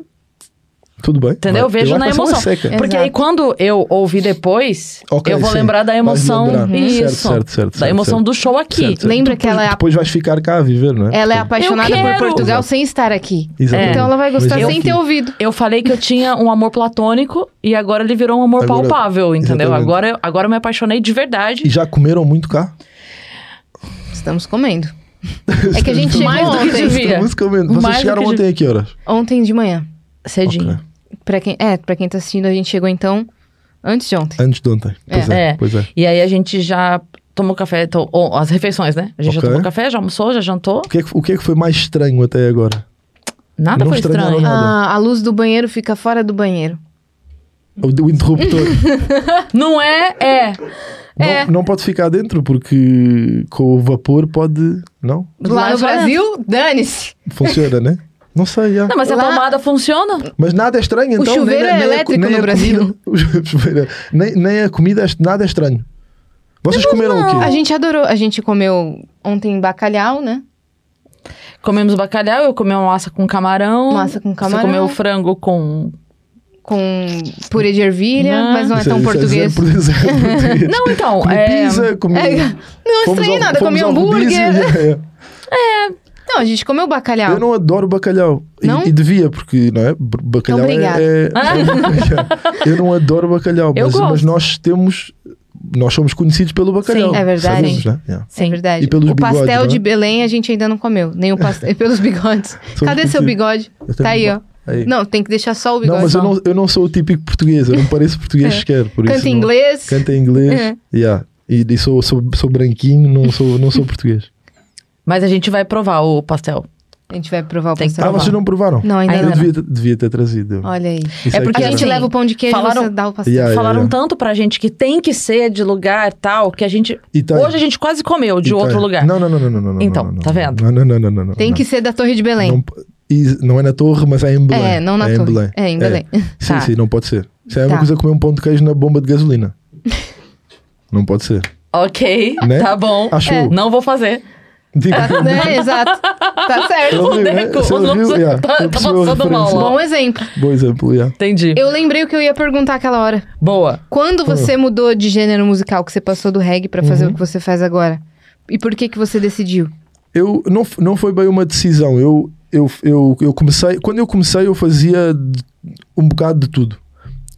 Tudo bem. Entendeu? Eu Vai- vejo vai na passar uma emoção. seca. É. Porque aí Exato. quando eu ouvir depois, Ok, eu vou sim. lembrar da Vais emoção. Uhum. lembrar. Isso. Certo, certo, certo, da certo, emoção certo. do show aqui. Certo, certo. Lembra Depois- que ela é a- Depois vais ficar cá a viver, não é? Ela é Portanto, apaixonada Eu por quero! Portugal sem estar aqui. Exatamente. Então ela vai gostar É. Mas sem ter enfim, ouvido. Eu falei que eu tinha um amor platônico e agora ele virou um amor Agora- palpável, entendeu? exatamente. Agora, eu- agora eu me apaixonei de verdade. E já comeram muito cá? Estamos (laughs) comendo. É que a gente chegou Mais do que ontem. devia. Fia, Estamos comendo. Vocês mais do chegaram que ontem a que horas? Ontem de manhã. Cedinho. Ok. Pra quem, é, pra quem tá assistindo, a gente chegou então antes de ontem. Antes de ontem. Pois é. É. Pois é. E aí a gente já tomou café, to- ou as refeições, né? A gente já Ok. tomou café, já almoçou, já jantou. O que, é que, o que é que foi mais estranho até agora? Nada Não né? foi estranharam estranho. nada. Ah, a luz do banheiro fica fora do banheiro. O, o (laughs) interruptor. Não é? É. É. não, não pode ficar dentro porque com o vapor pode. Não? Lá Lá no fora. Brasil, dane-se. Funciona, né? Não sei, já. Não, mas Lá- a tomada funciona. Mas nada é estranho, O então. chuveiro nem, é nem a- elétrico nem no a Brasil. comida- (laughs) o chuveiro- é- nem, nem a comida, é- nada é estranho. Vocês comeram o quê? Ah, A gente adorou. A gente comeu ontem bacalhau, né? Comemos bacalhau, eu comi uma massa com camarão. Massa com camarão. Você comeu frango com... Com purê de ervilha, Não. mas não é Ah. Isso tão isso português. zero por- zero (laughs) português. Não, então, Comi é... pizza, comi. É, não estranhei ao- nada, comi fomos (laughs) ao hambúrguer. rodízio, é, é. (laughs) Não, a gente comeu bacalhau. Eu não adoro bacalhau. E- Não? E, devia, porque, não é? B- Bacalhau é- obrigada. (laughs) é. eu não adoro bacalhau, Eu mas, gosto. mas nós temos. Nós somos conhecidos pelo bacalhau. é verdade. Sabemos, né? Yeah. É Sim. verdade. E pelos o pastel bigodes, né? de Belém a gente ainda não comeu. Nem (laughs) o pastel. e pelos bigodes. Cadê seu conhecidos. bigode? Eu tenho Tá aí, ó. bigode. Aí. Não, tem que deixar só o bigode. Não, mas eu só. não, eu não sou o típico português, eu não (laughs) pareço português sequer. Por isso Canta não- inglês. Canta em inglês. É. Yeah. E, e sou, sou, sou branquinho, não sou, não sou português. Mas a gente vai provar o pastel. A gente vai provar o Tem que pastel. Ah, vocês não provaram? Tá Não, ainda Ainda Ah, Eu não. não. devia, ter- devia ter trazido. Olha aí. Isso tá É porque a que gente assim, leva o pão de queijo falaram- e você dá o pastel. Yeah. Ah, é, Falaram é. tanto pra gente que tem que ser de lugar tal, que a gente... E tem. Hoje a gente quase comeu de E outro tem. lugar. Não, não, não, não, não, não. não, Então, não, não, tá vendo? Não, não, não, não, não, não. Tem não. que ser da Torre de Belém. Não, e não é na torre, mas é em Belém. é, não na é em Torre. Belém. É, em Belém. (laughs) Sim, Tá. sim, não pode ser. Isso é a mesma Tá. coisa comer um pão de queijo na bomba (laughs) de gasolina. não pode ser. Ok, Né? tá bom. Achou? É. Não vou fazer. Digo, É, exato. Tá certo. Ele O viu, né? Deco, Você o viu? Lopes Yeah, tá- tá eu percebi a passando mal referência. lá. Bom exemplo. Bom exemplo, yeah. Entendi. Eu lembrei o que eu ia perguntar aquela hora. Boa. Quando Hum. você mudou de gênero musical, que você passou do reggae pra Uhum. fazer o que você faz agora? E por que que você decidiu? Eu não, f- não foi bem uma decisão. Eu, eu, eu, eu comecei. Quando eu comecei, eu fazia de- um bocado de tudo.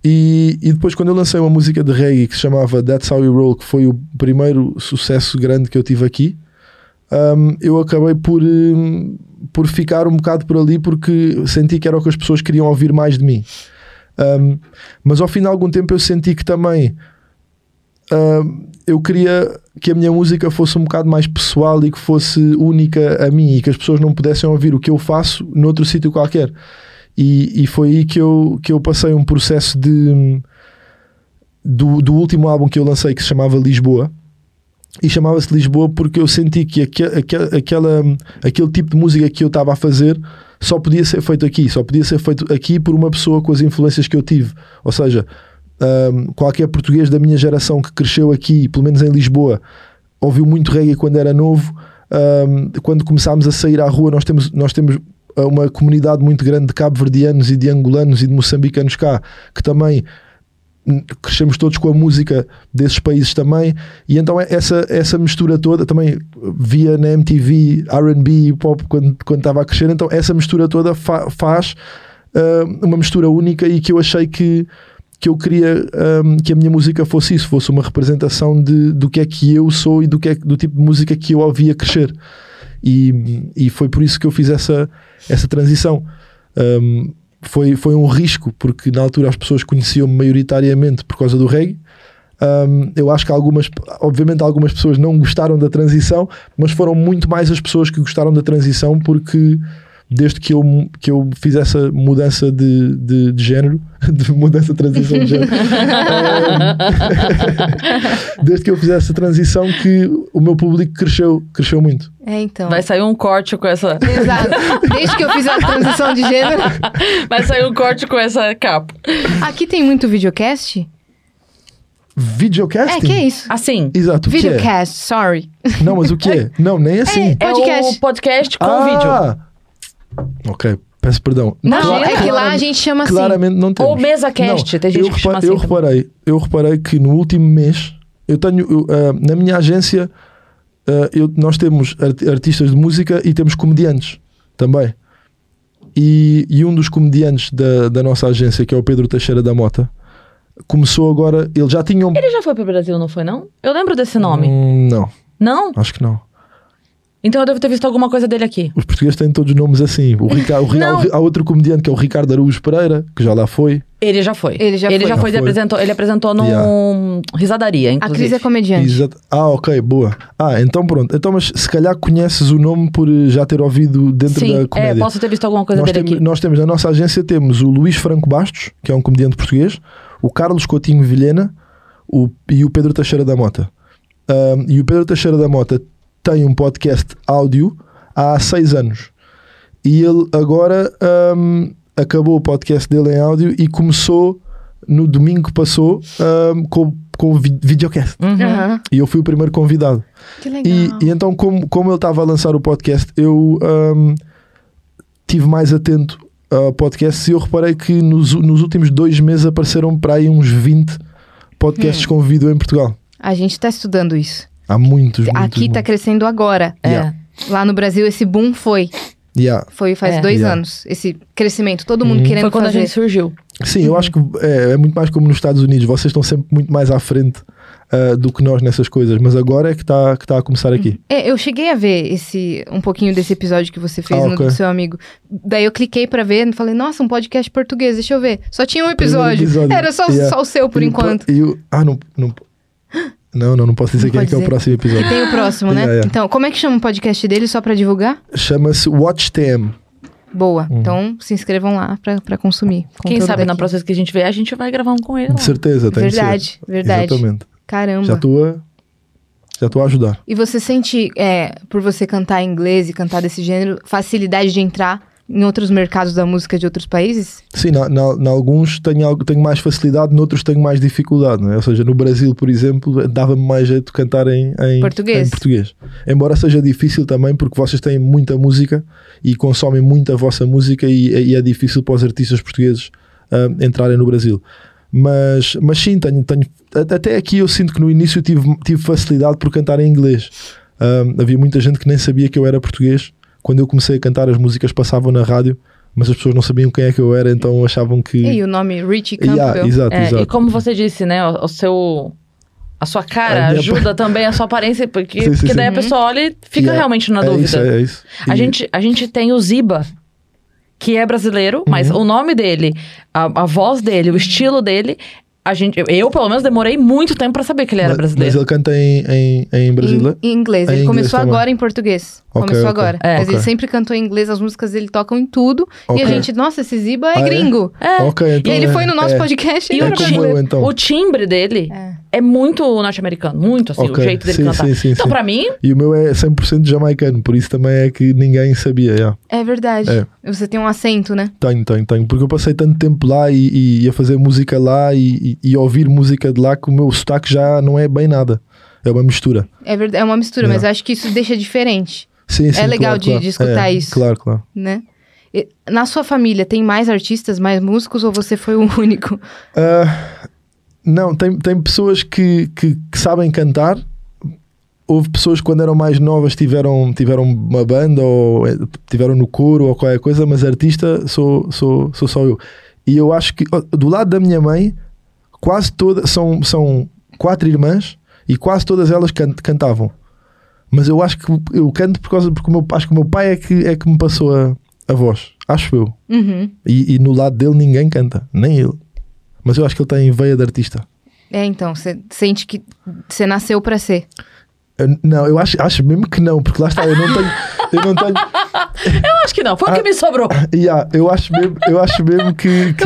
E, e depois, quando eu lancei uma música de reggae que se chamava That's How We Roll, que foi o primeiro sucesso grande que eu tive aqui, hum, eu acabei por, hum, por ficar um bocado por ali porque senti que era o que as pessoas queriam ouvir mais de mim. Hum, mas ao fim de algum tempo, eu senti que também um, eu queria que a minha música fosse um bocado mais pessoal e que fosse única a mim e que as pessoas não pudessem ouvir o que eu faço noutro sítio qualquer. E, e foi aí que eu, que eu passei um processo hum, de. do, do último álbum que eu lancei que se chamava Lisboa. e chamava-se Lisboa porque eu senti que aque, aque, aquela, aquele tipo de música que eu estava a fazer só podia ser feito aqui, só podia ser feito aqui por uma pessoa com as influências que eu tive. Ou seja, hum, qualquer português da minha geração que cresceu aqui, pelo menos em Lisboa, ouviu muito reggae quando era novo. hum, quando começámos a sair à rua, nós temos, nós temos a uma comunidade muito grande de cabo-verdianos e de angolanos e de moçambicanos cá, que também hum, crescemos todos com a música desses países também, e então é- essa, essa mistura toda, também via na MTV, R&B e pop quando quando estava a crescer, então essa mistura toda fa- faz ah, uma mistura única e que eu achei que que eu queria hum, que a minha música fosse isso, fosse uma representação de, do que é que eu sou e do, que é, que- do tipo de música que eu ouvia crescer. E, e foi por isso que eu fiz essa, essa transição. Hum, foi, foi um risco, porque na altura as pessoas conheciam-me maioritariamente por causa do reggae. Hum, eu acho que algumas, obviamente, algumas pessoas não gostaram da transição, mas foram muito mais as pessoas que gostaram da transição, porque desde que eu, que eu fiz essa mudança de, de, de género, (laughs) de mudança de transição de género, hum, (laughs) desde que eu fiz essa transição, que o meu público cresceu, cresceu muito. É, então. Vai sair um corte com essa. (laughs) (laughs) Exato. Desde que eu fiz a transição de gênero. Vai sair um corte com essa capa. Aqui tem muito videocast? É, Videocasting? que é isso? Assim. Exato, o Ah, que é? Videocast, sorry. Não, mas o que é? (laughs) Não, nem assim. É Podcast. o podcast com vídeo. ah! Ok, peço perdão. Não, Clara- é que lá a gente chama assim. Claramente não temos. Ou mesa cast, Não, tem gente eu que chama repa- eu assim reparei, eu reparei que no último mês, eu tenho, eu, ah, na minha agência, ah, eu- nós temos art- artistas de música e temos comediantes também. E, e um dos comediantes da, da nossa agência, que é o Pedro Teixeira da Mota, começou agora. Ele já tinha um. Ele é um já foi pro Brasil, não foi, não? Eu lembro desse nome. Hum, não, Não? acho que não. Então eu devo ter visto alguma coisa dele aqui. Os portugueses têm todos nomes assim. O Rica- o Ri- Não. há o Ri- há outro comediante que é o Ricardo Araújo Pereira, que já lá foi. Ele já foi. Ele já ele foi. Já Já foi, ele foi. apresentou, ele apresentou num risadaria, A inclusive. Cris é comediante. Exato. Ah, ok, boa. Ah, então pronto. Então, mas se calhar conheces o nome por eh, já ter ouvido dentro Sim, da é, comédia. posso ter visto alguma coisa nós, dele temos, aqui. nós temos na nossa agência temos o Luís Franco Bastos, que é um comediante português, o Carlos Coutinho Vilhena o, e o Pedro Teixeira da Mota. Ahm, e o Pedro Teixeira da Mota tem um podcast áudio há seis anos. E ele agora ahm, acabou o podcast dele em áudio e começou no domingo que passou ahm, com, com o vi- videocast. Uhum. Aham. E eu fui o primeiro convidado. Uhum. Que legal. E, e então, como, como ele estava a lançar o podcast, eu ahm, tive mais atento ao podcast e eu reparei que nos, u- nos últimos dois meses apareceram para aí uns 20 podcasts Hum. com vídeo em Portugal. A gente tá estudando isso. Há muitos, muitos. Aqui tá crescendo agora. É. Yeah. Lá no Brasil, esse boom foi. muitos. Yeah. Foi faz É. dois Yeah. Uhum. anos. Esse crescimento. Todo mundo querendo Foi quando fazer. a gente surgiu. Sim, Uhum. eu acho que é, é muito mais como nos Estados Unidos. Vocês estão sempre muito mais à frente ah, do que nós nessas coisas. Mas agora é que está que tá a começar aqui. É, eu cheguei a ver esse um pouquinho desse episódio que você fez Ah, no ok. do seu amigo. Daí eu cliquei pra ver e falei, nossa, um podcast português, deixa eu ver. Só tinha um episódio. episódio, Era só, yeah. um só o seu por E o pro- enquanto. e o- ah, não, (gasps) não. Não, não, não posso dizer Não quem é pode que é o dizer. próximo episódio. Tem o próximo, né? Yeah, yeah. Então, como é que chama o podcast dele só pra divulgar? Chama-se Watch TM. Boa. Uhum. Então, se inscrevam lá pra, pra consumir. Quem conteúdo sabe na daqui. próxima vez que a gente vier, a gente vai gravar um com ele. lá. De certeza, tem que ser. Verdade, verdade. Exatamente. Caramba. Já estou a, já estou a ajudar. E você sente, é, por você cantar em inglês e cantar desse gênero, facilidade de entrar em outros mercados da música de outros países? Sim, na, na- na alguns tenho, algo- tenho mais facilidade, noutros tenho mais dificuldade. não é? Ou seja, no Brasil, por exemplo, dava-me mais jeito cantar em, em- Português. em português. Embora seja difícil também, porque vocês têm muita música e consomem muita vossa música e, e é difícil para os artistas portugueses ah, entrarem no Brasil. Mas, mas sim, tenho, tenho- a- até aqui eu sinto que no início tive, tive facilidade por cantar em inglês. Um, havia muita gente que nem sabia que eu era português. Quando eu comecei a cantar, as músicas passavam na rádio, mas as pessoas não sabiam quem é que eu era, então achavam que. E o nome Richie Yeah, Campbell. exato, É, exato. E como você disse, né? O, o seu. A sua cara A É, minha (laughs) ajuda também a sua aparência, porque, Sim, sim, porque daí sim. a pessoa olha e fica Yeah, realmente na é dúvida. Isso, é, é isso. A, E- gente, a gente tem o Ziba, que é Uhum. brasileiro, mas o nome dele, a, a voz dele, o estilo dele, a gente, eu- eu, pelo menos, demorei muito tempo pra saber que ele era mas- brasileiro. Mas ele canta em, em, em brasileiro? Em, em inglês. Em Ele inglês começou também. agora em português. Ok, começou ok. agora. É. Mas ele Ok. sempre cantou em inglês, as músicas dele tocam em tudo. E Ok. a gente, nossa, esse Ziba é Ah, é? gringo. É. Ok, E então ele é- foi no nosso é. podcast E e É era o, como ti- brasileiro. eu, então. o timbre dele É. é muito norte-americano, muito assim, o Ok, jeito dele sim, cantar. sim, sim, então, sim. pra mim, E o meu é 100% jamaicano, por isso também é que ninguém sabia. yeah. É verdade. Você tem um acento, né? Tenho, tenho, tenho. Porque eu passei tanto tempo lá e, e- e a fazer música lá e, e- e a ouvir música de lá que o meu sotaque já não é bem nada. É uma mistura. É, verdade, é uma mistura, É. mas eu acho que isso deixa diferente, Sim, sim, É legal claro, de- claro. de escutar É, isso. Claro, claro. né? E na sua família, tem mais artistas, mais músicos ou você foi o (laughs) único? Ah, não, tem, tem pessoas que, que, que sabem cantar. Houve pessoas que quando eram mais novas tiveram, tiveram uma banda ou eh, tiveram no coro ou qualquer coisa, mas artista sou, sou, sou só eu. E eu acho que oh, do lado da minha mãe, quase todas são, são quatro irmãs e quase todas elas can- cantavam. Mas eu acho que eu canto por causa porque o meu, acho que o meu pai é que, é que me passou a, a voz. Acho eu. Uhum. E, e no lado dele ninguém canta, nem ele. Mas eu acho que ele tem veia de artista. É, então, você sente que você nasceu pra ser. Eu- não, eu acho, acho mesmo que não, porque lá está, eu não tenho. Eu não tenho. eu acho que não. Foi o que Ah. me sobrou. Yeah, eu, acho mesmo, eu acho mesmo que. que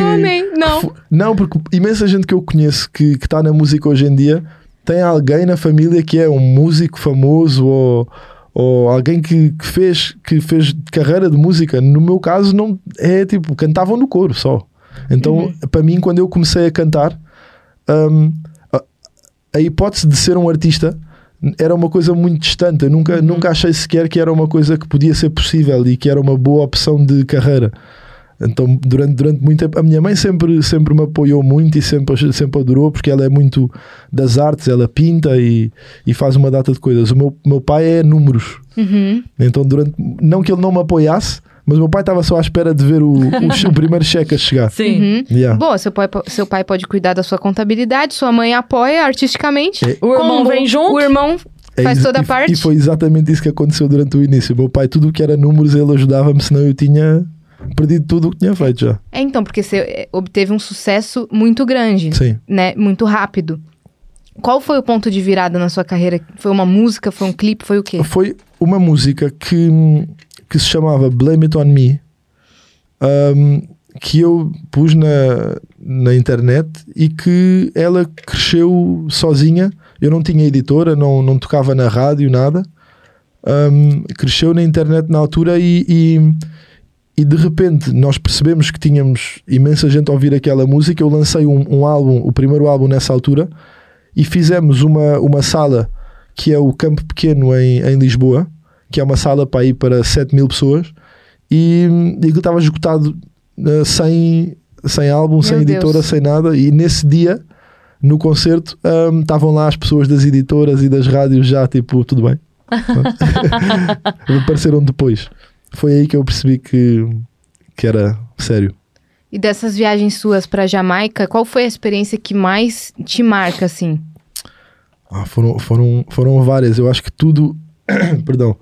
não. fo- não, porque imensa gente que eu conheço que que está na música hoje em dia tem alguém na família que é um músico famoso ou, ou alguém que, que fez, que fez carreira de música. No meu caso, não é tipo, cantavam no coro só. Então, para mim, quando eu comecei a cantar, hum, a, a hipótese de ser um artista era uma coisa muito distante. Eu nunca, nunca achei sequer que era uma coisa que podia ser possível e que era uma boa opção de carreira. Então, durante, durante muito tempo, a minha mãe sempre, sempre me apoiou muito e sempre, sempre adorou, porque ela é muito das artes, ela pinta e, e faz uma data de coisas. O meu, meu pai é números, Uhum. então, durante, não que ele não me apoiasse, mas o meu pai estava só à espera de ver o, o, o primeiro cheque a chegar. Sim. Uhum. Yeah. Boa, seu pai, po- seu pai pode cuidar da sua contabilidade, sua mãe apoia artisticamente. É. O irmão Combo. vem junto. O irmão faz isso- toda a e- parte. E foi exatamente isso que aconteceu durante o início. O meu pai, tudo o que era números, ele ajudava-me, senão eu tinha perdido tudo o que tinha feito já. É, então, porque você é, obteve um sucesso muito grande, Sim. né? Muito rápido. Qual foi o ponto de virada na sua carreira? Foi uma música? Foi um clipe? Foi o quê? Foi uma música que, que se chamava Blame It On Me, ahm, que eu pus na, na internet e que ela cresceu sozinha. Eu não tinha editora, não, não tocava na rádio, nada. Ahm, cresceu na internet na altura e, e, e de repente nós percebemos que tínhamos imensa gente a ouvir aquela música. Eu lancei um, um álbum, o primeiro álbum nessa altura, e fizemos uma, uma sala que é o Campo Pequeno em, em Lisboa, que é uma sala para ir para 7 mil pessoas, e, e que estava esgotado eh, sem, sem álbum, sem Deus. editora, sem nada, e nesse dia. No concerto ahm, estavam lá as pessoas das editoras e das rádios já, tipo, tudo bem. (laughs) Apareceram depois. Foi aí que eu percebi que, que era sério. E dessas viagens suas pra Jamaica, qual foi a experiência que mais te marca, assim? Ah, foram, foram, foram várias. Eu acho que tudo. (clears throat) perdão.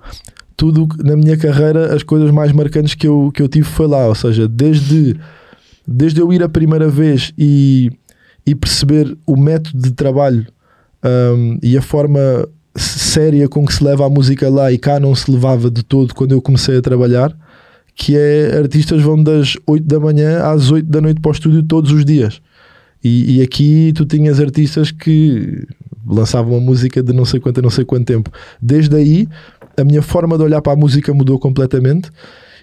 Tudo que- na minha carreira, as coisas mais marcantes que eu, que eu tive foi lá. Ou seja, desde, desde eu ir a primeira vez e, e perceber o método de trabalho ahm, e a forma s- séria com que se leva a música lá e cá não se levava de todo quando eu comecei a trabalhar. Que é artistas vão das 8 da manhã às 8 da noite para o estúdio todos os dias. E, e aqui tu tinhas artistas que lançavam a música de não sei quanto a não sei quanto tempo. Desde aí, a minha forma de olhar para a música mudou completamente.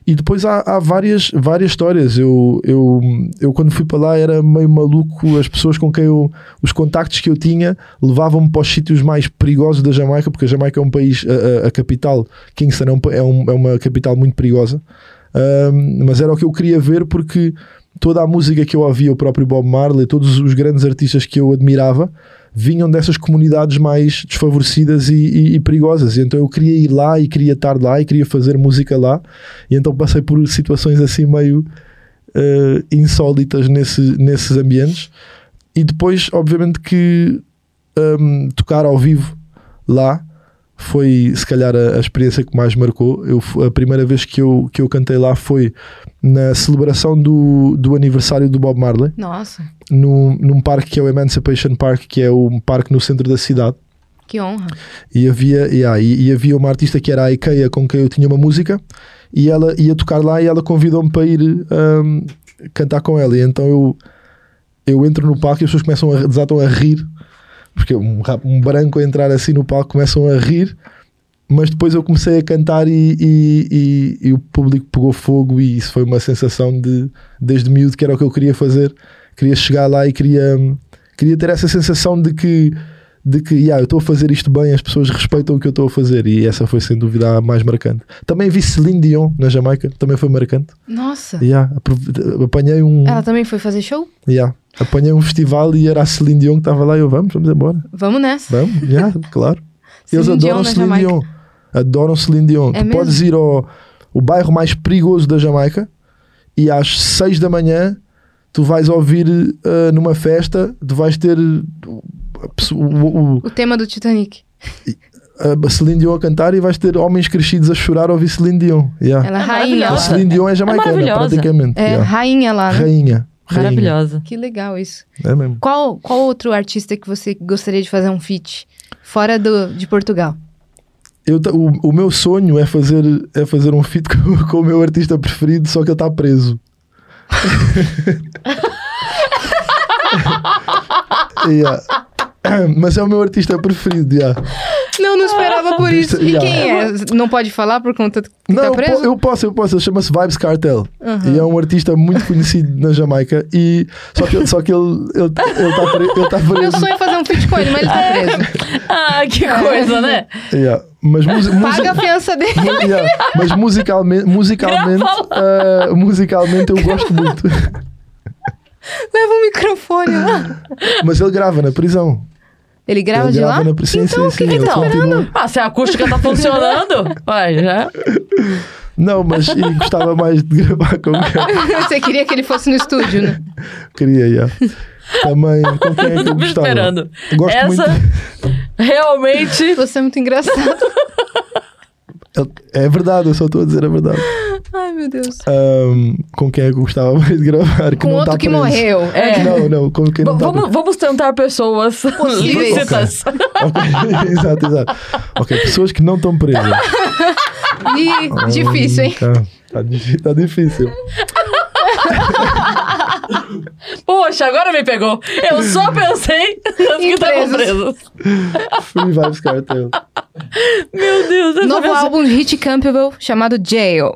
E depois há, há várias, várias histórias. Eu, eu, eu, quando fui para lá, era meio maluco. As pessoas com quem eu. Os contactos que eu tinha levavam-me para os sítios mais perigosos da Jamaica, porque a Jamaica é um país. A, a- a capital, Kingston, é, um pa- é, um- é uma capital muito perigosa. Ahm, mas era o que eu queria ver, porque toda a música que eu ouvia, o próprio Bob Marley, todos os grandes artistas que eu admirava, vinham dessas comunidades mais desfavorecidas e, e- e perigosas. E então eu queria ir lá e queria estar lá e queria fazer música lá. E então passei por situações assim meio eh, insólitas nesse, nesses ambientes. E depois, obviamente, que hum, tocar ao vivo lá foi se calhar a, a experiência que mais marcou. Eu, fu- a primeira vez que eu, que eu cantei lá foi na celebração do, do aniversário do Bob Marley Nossa, num, num parque que é o Emancipation Park, que é um parque no centro da cidade. que honra. E havia, e, há- e- e havia uma artista que era a Ikea, com quem eu tinha uma música, e ela ia tocar lá e ela convidou-me para ir hum, cantar com ela. E então eu, eu entro no palco e as pessoas começam a, desatam a rir. Porque um, rap- um branco a entrar assim no palco começam a rir, mas depois eu comecei a cantar e, e- e- e o público pegou fogo e isso foi uma sensação de desde miúdo que era o que eu queria fazer. Queria chegar lá e queria, hum, queria ter essa sensação de que de que yeah, eu estou a fazer isto bem, as pessoas respeitam o que eu estou a fazer e essa foi sem dúvida a mais marcante. Também vi Celine Dion na Jamaica, também foi marcante. Nossa. Yeah, aprove- apanhei um Ela também foi fazer show? yeah, apanhei um festival e era a Celine Dion que estava lá e eu vamos, vamos embora. Vamos nessa. Vamos, yeah, (laughs) claro. Eles Celine Dion adoram na Celine Jamaica. Dion. Adoram Celine Dion. É tu mesmo? podes ir ao o bairro mais perigoso da Jamaica e às 6 da manhã tu vais ouvir eh, numa festa, tu vais ter uh, a pesso- o- o- O tema do Titanic. a Celine Dion a cantar e vais ter homens crescidos a chorar ao ouvir Celine Dion. Yeah. Ela é É rainha. A maravilhosa. lá. Celine Dion é jamaicana, maravilhosa. praticamente. É yeah. rainha lá, né? Rainha. rainha. (laughs) Maravilhosa. Que legal isso. É mesmo. Qual, qual outro artista que você gostaria de fazer um feat? Fora do, de Portugal. Eu, ta- o, o meu sonho é fazer, é fazer um feat (laughs) com, com o meu artista preferido, só que ele (laughs) está preso. Yeah. (coughs) Mas é o meu artista preferido. Yeah. Não, não esperava por (laughs) isso. E Yeah. quem é? Não pode falar por conta que Ah. Não, tá eu po- preso? Uhum. eu posso, eu posso. Ele chama-se Vibes Cartel. E é um artista muito conhecido na Jamaica. E, só que, ele- só que ele está ele, tá pre- ele tá Meu preso. sonho é fazer um feat com ele, mas ele É. tá (laughs) preso. Ah, que coisa, né? Yeah. Mas musi- musi- Paga a fiança dele. mu- yeah. Mas musicalmente, musicalmente, ah, musicalmente eu (laughs) gosto muito. (laughs) Leva o microfone lá. Mas ele grava na prisão. Ele grava ele de grava lá? na prisão. então, sim, sim, o que, que ele tá então? esperando? continua- Ah, se a acústica tá (laughs) funcionando, vai, já. é. Não, mas e gostava mais de gravar com quem (laughs) Você queria que ele fosse no estúdio, né? eu queria. yeah. Também com quem é que eu Tava gostava. esperando. Gosto Essa muito. realmente Você é muito engraçado. Ele- É verdade, eu só estou a dizer a verdade. Ai, meu Deus. Ahm, com quem é que eu gostava mais de gravar? que Com não outro tá que preso. morreu. é. Não, não, com quem V- não tá Vamos, vamos tentar pessoas (laughs) Possíveis. lícitas. preso. Ok, (laughs) exato, exato. Ok, pessoas que não estão presas. E (laughs) difícil, hein? Tá, tá difí- tá difícil. Poxa, agora me pegou. Eu só pensei (laughs) nas que Em estavam presos. presos. Free Vibes Cartel. Meu Deus, essa, Novo me, acer- álbum de Hit Campbell chamado Jail.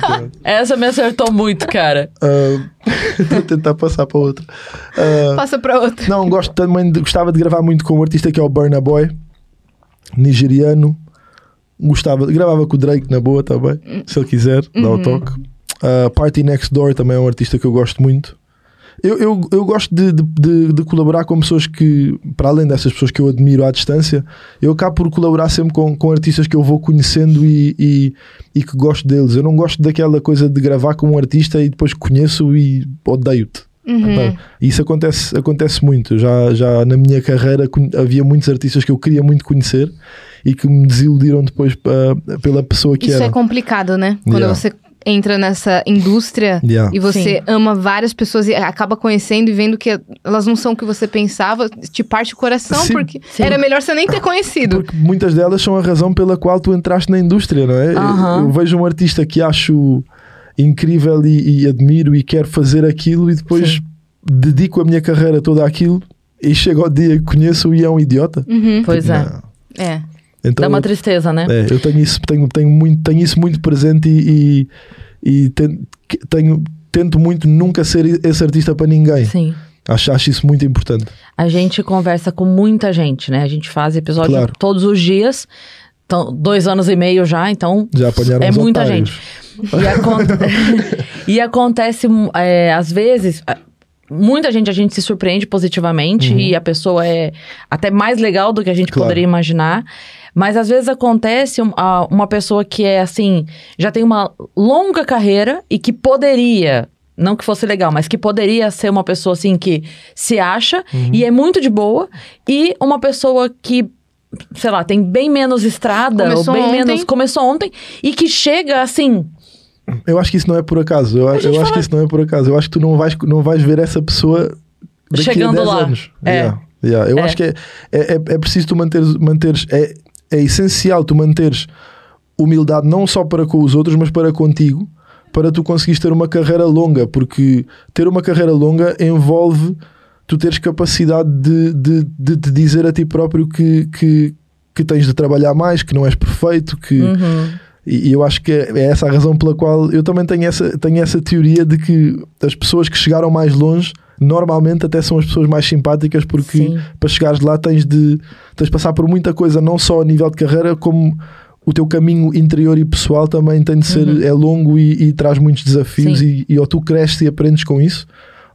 Tá. essa me acertou muito, cara. Ahm, (laughs) Vou tentar passar para outra. Ahm, Passa pra outra. Não, gosto também de- gostava de gravar muito com um artista que é o Burna Boy, nigeriano. Gostava, gravava com o Drake na boa também, se ele quiser, dá o toque. Ah, Party Next Door também é um artista que eu gosto muito. Eu, eu, eu gosto de, de- de- de colaborar com pessoas que, para além dessas pessoas que eu admiro à distância, eu acabo por colaborar sempre com, com artistas que eu vou conhecendo e, e, e que gosto deles. Eu não gosto daquela coisa de gravar com um artista e depois conheço e odeio-te. Uhum. Não. Isso acontece, acontece muito. Já, já na minha carreira con- havia muitos artistas que eu queria muito conhecer e que me desiludiram depois ah, pela pessoa que Isso era. é complicado, né? Quando Yeah. você entra nessa indústria Yeah. e você Sim. ama várias pessoas e acaba conhecendo e vendo que elas não são o que você pensava, te parte o coração, Sim. porque era melhor você nem ter conhecido. Porque muitas delas são a razão pela qual tu entraste na indústria, não é? Eu- Aham. Eu vejo um artista que acho incrível e, e admiro e quero fazer aquilo e depois dedico a minha carreira toda àquilo e chega ao dia que conheço e é um idiota. Uhum. Pois (laughs) é. Não. É. Então Dá uma eu- tristeza, né? É, eu tenho isso, tenho, tenho, muito, tenho isso muito presente e, e, e ten- que- tenho- tento muito nunca ser esse artista para ninguém. Sim. Acho, acho isso muito importante. A gente conversa com muita gente, né? A gente faz episódio Claro. todos os dias. Então, dois anos e meio já, então. Já apanharam É uns muita otários. E, acon- (laughs) e acontece, mu- é, às vezes, a- muita gente a gente se surpreende positivamente e a pessoa é até mais legal do que a gente Claro. poderia imaginar. Mas às vezes acontece um- a- uma pessoa que é assim, já tem uma longa carreira e que poderia. Não que fosse legal, mas que poderia ser uma pessoa assim que se acha e é muito de boa, e uma pessoa que, sei lá, tem bem menos estrada, Começou ou bem ontem. menos. Começou ontem, e que chega assim, Eu acho que isso não é por acaso. Eu, eu acho que isso não é por acaso. Eu acho que tu não vais, não vais ver essa pessoa daqui Chegando a 10 lá. anos. É. Yeah, yeah. Eu É. acho que é, é, é- é preciso tu manteres. manteres é, é essencial tu manteres humildade não só para com os outros, mas para contigo, para tu conseguires ter uma carreira longa. Porque ter uma carreira longa envolve tu teres capacidade de, de, de te dizer a ti próprio que, que, que tens de trabalhar mais, que não és perfeito, que. Uhum. E e eu acho que é é essa a razão pela qual eu também tenho essa, tenho essa teoria de que as pessoas que chegaram mais longe normalmente até são as pessoas mais simpáticas porque Sim. para chegares lá tens de tens de passar por muita coisa, não só a nível de carreira, como o teu caminho interior e pessoal também tem de ser é longo e, e traz muitos desafios Uhum. Sim. e, e ou tu cresces e aprendes com isso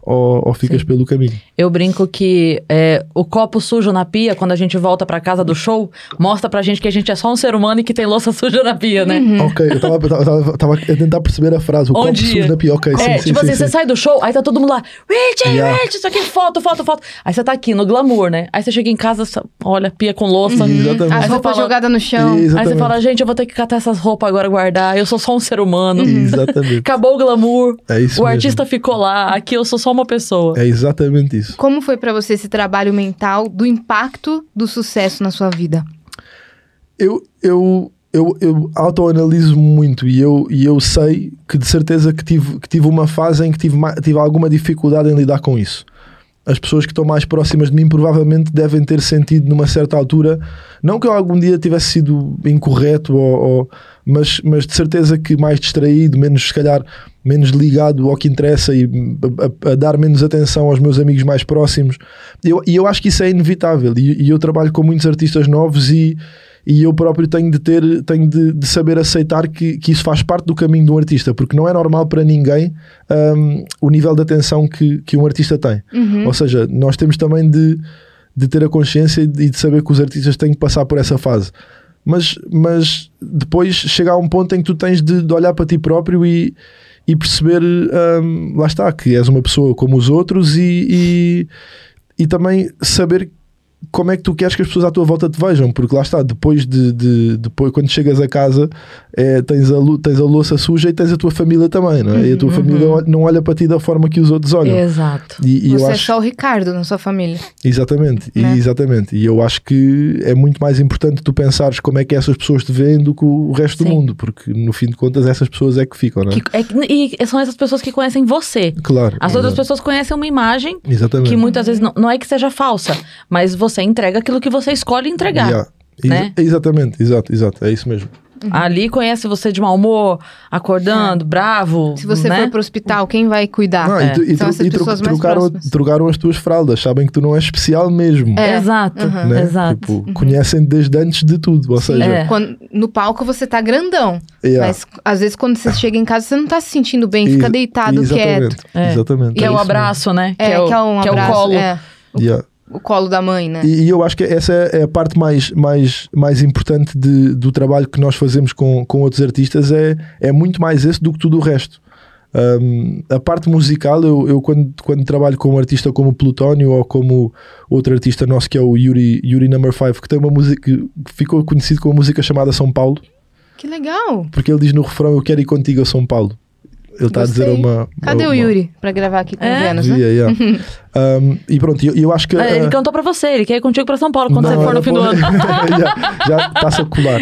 ou, ou ficas (laughs) pelo caminho. Eu brinco que é, o copo sujo na pia, quando a gente volta pra casa do show, mostra pra gente que a gente é só um ser humano e que tem louça (laughs) suja na pia, né? Ok, eu estava a tentar perceber a frase, o Uhum. copo Onde sujo ia? na pia, ok, é, sim, sim, tipo sim, assim, sim. você sai do show, aí tá todo mundo lá, Richie, Yeah. Richie, isso aqui, é foto, foto, foto. Aí você tá aqui no glamour, né? Aí você chega em casa, só- olha, pia com louça. Exatamente. As Aí você roupas fala- jogadas no chão. Aí você Exatamente. fala, gente, eu vou ter que catar essas roupas agora, guardar. Eu sou só um ser humano. Exatamente. Acabou o glamour. É isso o mesmo. artista ficou lá. Aqui eu sou só uma pessoa. É exatamente isso. Como foi pra você esse trabalho mental do impacto do sucesso na sua vida? Eu, eu, eu, eu autoanaliso muito e eu, e eu sei que de certeza que tive, que tive uma fase em que tive, ma- tive alguma dificuldade em lidar com isso. As pessoas que estão mais próximas de mim provavelmente devem ter sentido numa certa altura, não que eu algum dia tivesse sido incorreto, ou, ou- mas, mas de certeza que mais distraído, menos se calhar menos ligado ao que interessa e hum, a, a- a dar menos atenção aos meus amigos mais próximos. Eu- E eu, acho que isso é inevitável. E, e eu trabalho com muitos artistas novos e, e eu próprio tenho de ter, tenho de, de saber aceitar que, que isso faz parte do caminho de um artista, porque não é normal para ninguém hum, o nível de atenção que, que um artista tem. Ou seja, nós temos também de, de ter a consciência e de e de saber que os artistas têm que passar por essa fase. Mas, mas depois chega a um ponto em que tu tens de, de olhar para ti próprio e, e perceber, hum, lá está, que és uma pessoa como os outros e, e, e também saber como é que tu queres que as pessoas à tua volta te vejam, porque lá está, depois de, de- depois quando chegas a casa é, tens, a, lu- tens a louça suja e tens a tua família também, não é? e a tua Uhum. família ol- não olha para ti da forma que os outros É. olham. Exato. E, e eu Você é acho, só o Ricardo na sua família. exatamente, e, Né? exatamente. E eu acho que é muito mais importante tu pensares como é que essas pessoas te veem do que o resto Sim. do mundo, porque no fim de contas essas pessoas é que ficam, não é? Que- é que- e são essas pessoas que conhecem você. Claro. As outras exato. pessoas conhecem uma imagem Exatamente. que muitas vezes não, não é que seja falsa, mas você entrega aquilo que você escolhe entregar. Yeah. Exa- né? Exatamente, exato, exato, é isso mesmo. Ali conhece você de mau humor, acordando, bravo. É. Se você né? for pro hospital, quem vai cuidar? Não, É. e, tu- e Ah, São tru- essas e tru- pessoas mais trocaram, próximas. trocaram as tuas fraldas, sabem que tu não és especial mesmo. É. Uhum. Exato, né? exato. Tipo, conhecem desde antes de tudo, ou seja, É. Quando- no palco você tá grandão. yeah, Mas às vezes quando você chega em casa, você não tá se sentindo bem, Ex- fica deitado, exatamente, quieto. um É. exatamente. que é, o isso mesmo. abraço, né? É, que é, um que é abraço. o colo. é, Yeah. o colo da mãe, né? E, e eu acho que essa é a parte mais, mais, mais importante de- do trabalho que nós fazemos com, com outros artistas, é, é muito mais esse do que tudo o resto. Um, a parte musical, eu, eu quando, quando trabalho com um artista como Plutónio ou como outro artista nosso que é o Yuri, Yuri Number 5, que tem uma música que ficou conhecido com uma música chamada São Paulo, Que legal. porque ele diz no refrão: Eu quero ir contigo a São Paulo. Ele está a dizer a Gostei. uma. Cadê a o uma- Yuri pra gravar aqui com É? o Vênus, né? Via, (laughs) yeah. Um, e pronto, eu, eu acho que. É, uh, Ele cantou pra você, ele quer ir contigo pra São Paulo quando Não, você for no ela fim do pode- ano. (laughs) já já está-se a colar.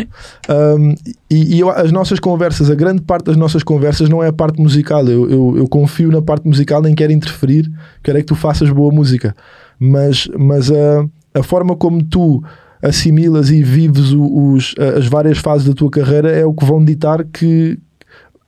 Um, e e eu- as nossas conversas, a grande parte das nossas conversas não é a parte musical. Eu, eu, eu confio na parte musical, nem quero interferir, quero é que tu faças boa música. Mas, mas a, a forma como tu assimilas e vives o- os, as várias fases da tua carreira é o que vão ditar que,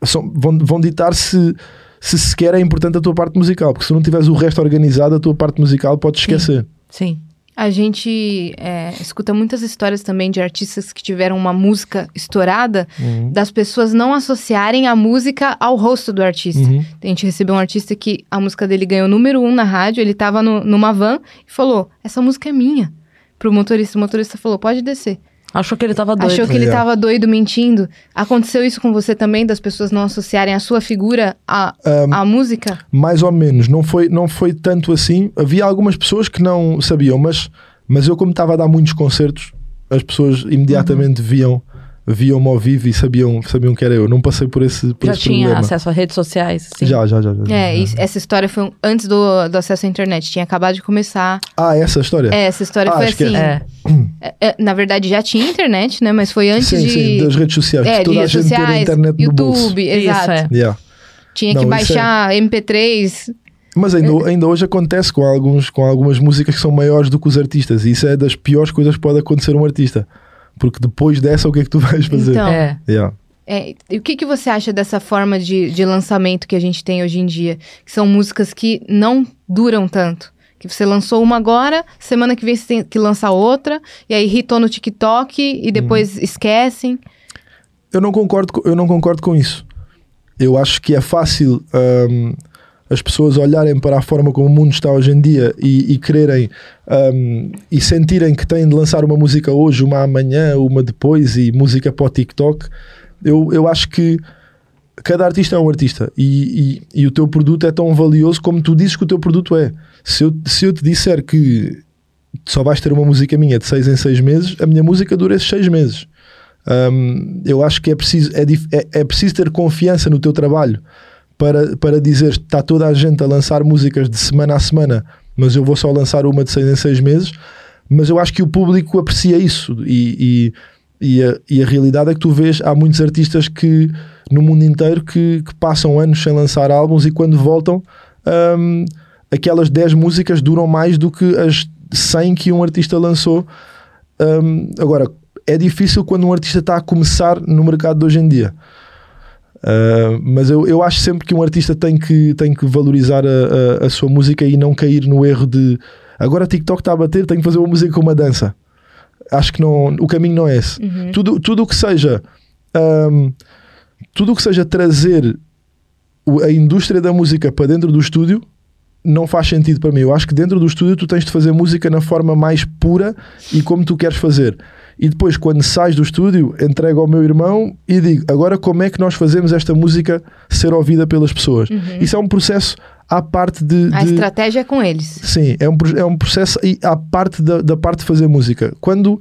são- vão, vão ditar se, se sequer é importante a tua parte musical, porque se não tiveres o resto organizado, a tua parte musical podes esquecer. Sim. A gente é, escuta muitas histórias também de artistas que tiveram uma música estourada, das pessoas não associarem a música ao rosto do artista. Uhum. A gente recebeu um artista que a música dele ganhou número um na rádio, ele tava no- numa van e falou: Essa música é minha. Pro motorista. O motorista falou: Pode descer. Achou que ele tava doido. Achou que ele Legal. tava doido mentindo. Aconteceu isso com você também, das pessoas não associarem a sua figura à, à música? mais ou menos, não foi, não foi tanto assim. Havia algumas pessoas que não sabiam, mas, mas eu, como estava a dar muitos concertos, as pessoas Uhum. imediatamente viam viam-me ao vivo e sabiam, sabiam que era eu. Não passei por esse, por Já esse tinha problema. acesso a redes sociais? Sim. Já, já, já. já, já. É, isso- essa história foi um- antes do, do acesso à internet, tinha acabado de começar. Ah, essa história? É, essa história Ah, foi esquece. assim. É. é, é, na verdade, já tinha internet, né? Mas foi antes sim, de. sim, das redes sociais. é, de toda a redes gente ter a sociais, internet no YouTube, bolso. Isso, exato. é. Yeah. Tinha Não, que isso é- baixar MP3. Mas ainda, É. ainda hoje acontece com, alguns, com algumas músicas que são maiores do que os artistas. E isso é das piores coisas que pode acontecer a um artista. Porque depois dessa, o que é que tu (laughs) vais fazer? Então. É. Yeah. É, e o que, que você acha dessa forma de, de lançamento que a gente tem hoje em dia? Que são músicas que não duram tanto. Que você lançou uma agora, semana que vem você tem que lançar outra, e aí hitou no TikTok e Hum. depois esquecem. Eu não concordo, co- eu não concordo com isso. Eu acho que é fácil hum, as pessoas olharem para a forma como o mundo está hoje em dia e, e quererem hum, e sentirem que têm de lançar uma música hoje, uma amanhã, uma depois e música para o TikTok. Eu, eu acho que cada artista é um artista e, e- e o teu produto é tão valioso como tu dizes que o teu produto é. Se eu, se eu te disser que só vais ter uma música minha de seis em seis meses, a minha música dura esses seis meses. Hum, eu acho que é preciso, é, dif- é- é preciso ter confiança no teu trabalho para, para dizer está toda a gente a lançar músicas de semana a semana, mas eu vou só lançar uma de seis em seis meses. Mas eu acho que o público aprecia isso e, e, e a, e a realidade é que tu vês, há muitos artistas que no mundo inteiro que, que passam anos sem lançar álbuns e quando voltam, hum, aquelas 10 músicas duram mais do que as 100 que um artista lançou. Hum, agora, é difícil quando um artista está a começar no mercado de hoje em dia. Uh, mas eu, eu acho sempre que um artista tem que, tem que valorizar a, a- a sua música e não cair no erro de agora TikTok está a bater, tenho que fazer uma música com uma dança. Acho que não, o caminho não é esse. Tudo, tudo o que seja hum, tudo o que seja trazer o- a indústria da música para dentro do estúdio não faz sentido para mim. Eu acho que dentro do estúdio tu tens de fazer música na forma mais pura e como tu queres fazer. E depois, quando sais do estúdio, entrego ao meu irmão e digo: agora como é que nós fazemos esta música ser ouvida pelas pessoas? Isso é um processo à parte de. A de- estratégia é com eles. Sim, é um, pro- é um processo e à parte da, da parte de fazer música. Quando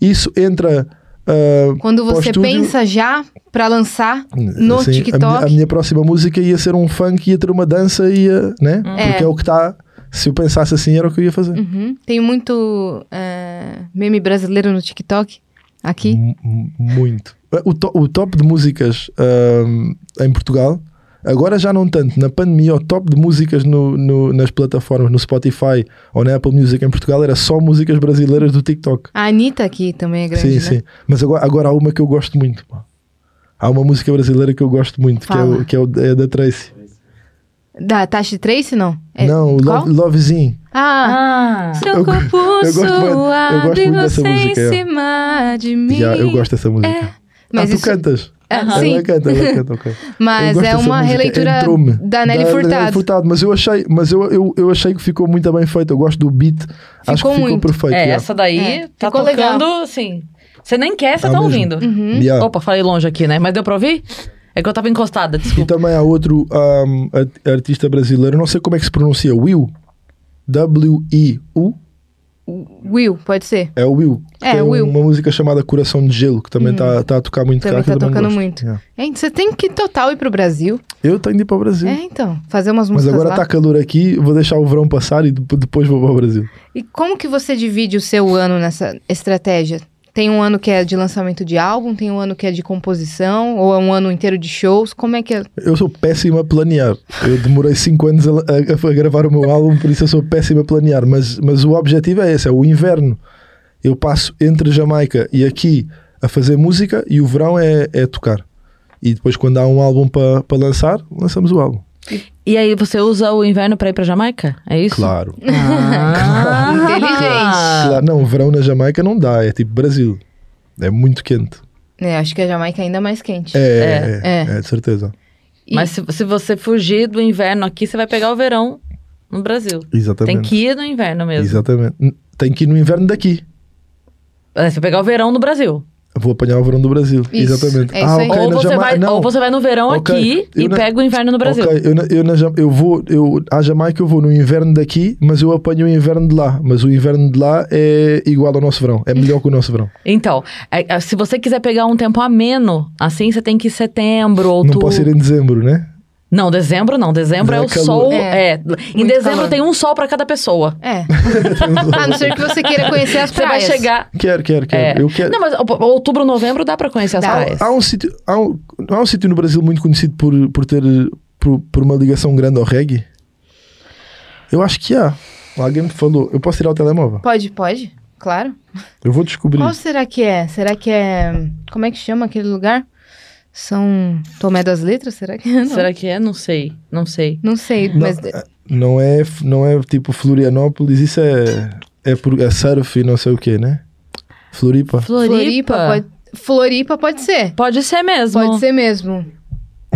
isso entra. ah, Quando para o você estúdio- pensa já pra lançar no Assim, a TikTok. minha- A minha, próxima música ia ser um funk, ia ter uma dança, ia, Hum. né? Porque é o que está. Se eu pensasse assim, era o que eu ia fazer. Uhum. Tem muito eh, meme brasileiro no TikTok aqui. M- m- Muito. O, to- o top de músicas ahm, em Portugal, agora já não tanto, na pandemia, o top de músicas no- no- nas plataformas, no Spotify ou na Apple Music em Portugal, era só músicas brasileiras do TikTok. A Anitta aqui também é grande, sim, né? sim. Mas agora, agora há uma que eu gosto muito. pá. Há uma música brasileira que eu gosto muito, que, é, Fala. o- que é o- é da Tracy. Da Tashi Trace, não? É- não, o qual? Love, Lovezinho. Ah, Ah. seu corpo eu gosto muito- eu suado gosto e muito dessa você em música, é. cima de mim. Já, eu gosto dessa música. É, Mas ah, tu isso- cantas? É, Aham. sim, Ela canta, ela canta, (laughs) ok. Eu mas gosto é dessa uma música, releitura entrou-me. da Nelly Furtado. Mas eu achei, mas eu, eu, eu achei que ficou muito bem feito. Eu gosto do beat. acho que Ficou ficou muito. perfeito. É, yeah. essa daí É, tá ficou tocando, legal. assim. Você nem quer, você Tá tá, mesmo. ouvindo. Yeah. Opa, falei longe aqui, né? Mas deu pra ouvir? É que eu tava encostada, E desculpa. também há outro ahm, art- artista brasileiro, não sei como é que se pronuncia, Will. W-I-U. Will, pode ser. É o Will. É, Tem Will. Uhum. uma música chamada Coração de Gelo, que também está a tocar muito Também cá, que eu tá tocando gosto. muito. Yeah. Gente, você tem que total ir pro Brasil. Eu tenho de ir para o Brasil. É, então. Fazer umas Mas músicas agora tá lá. está calor aqui, vou deixar o verão passar e de- depois vou para o Brasil. E como que você divide o seu ano nessa estratégia? Tem um ano que é de lançamento de álbum, tem um ano que é de composição, ou é um ano inteiro de shows? Como é que é? Eu sou péssimo a planear. Eu demorei 5 anos a, a- a gravar o meu álbum, por isso eu sou péssimo a planear. Mas, mas o objetivo é esse: é o inverno. Eu passo entre Jamaica e aqui a fazer música e o verão é, é tocar. E depois, quando há um álbum para lançar, lançamos o álbum. E aí, você usa o inverno pra ir pra Jamaica? É isso? Claro. (laughs) Ah. Inteligente. Claro, Não, o verão na Jamaica não dá, é tipo Brasil. É muito quente. É, acho que a Jamaica é ainda mais quente. É, é, É, é. é, de certeza. E- Mas se, se você fugir do inverno aqui, você vai pegar o verão no Brasil. Exatamente. Tem que ir no inverno mesmo. Exatamente. Tem que ir no inverno daqui. É, Você vai pegar o verão no Brasil. Vou apanhar o verão do Brasil. Isso, Exatamente. Ah, é isso aí. ok, ou, na você Jamaica- vai, não. ou você vai no verão Ok, aqui eu e não- pega o inverno no Brasil. Ok, eu, na- eu, na Jam- eu vou, eu, à Jamaica eu vou no inverno daqui, mas eu apanho o inverno de lá. Mas o inverno de lá é igual ao nosso verão, é melhor que o nosso verão. Então, é- é, se você quiser pegar um tempo ameno, assim você tem que ir setembro, outubro. Não posso ir em (laughs) dezembro, né? Não, dezembro não. Dezembro é, Não é o calor. sol. É, É. Em muito dezembro calor. tem um sol pra cada pessoa. É. a Ah, não ser que você queira conhecer as Você vai praias. chegar. Quero, quero, quero. é. Eu quero. Não, mas o- outubro, novembro dá pra conhecer as Dá. praias. há um sítio, há um, há um sítio no Brasil muito conhecido por, por ter por, por uma ligação grande ao reggae. Eu acho que há. Alguém me falou. Eu posso tirar o telemóvel? Pode, pode, claro. Eu vou descobrir. Qual será que é? Será que é. Como é que chama aquele lugar? São Tomé das Letras? Será que é? Não, Será que é? Não sei. Não sei. não sei, Não, mas. é- não, é, não é tipo Florianópolis, isso é, é, por, é surf e não sei o que, né? Floripa. Floripa? pode... pode, Floripa pode ser. ser mesmo. Pode ser mesmo.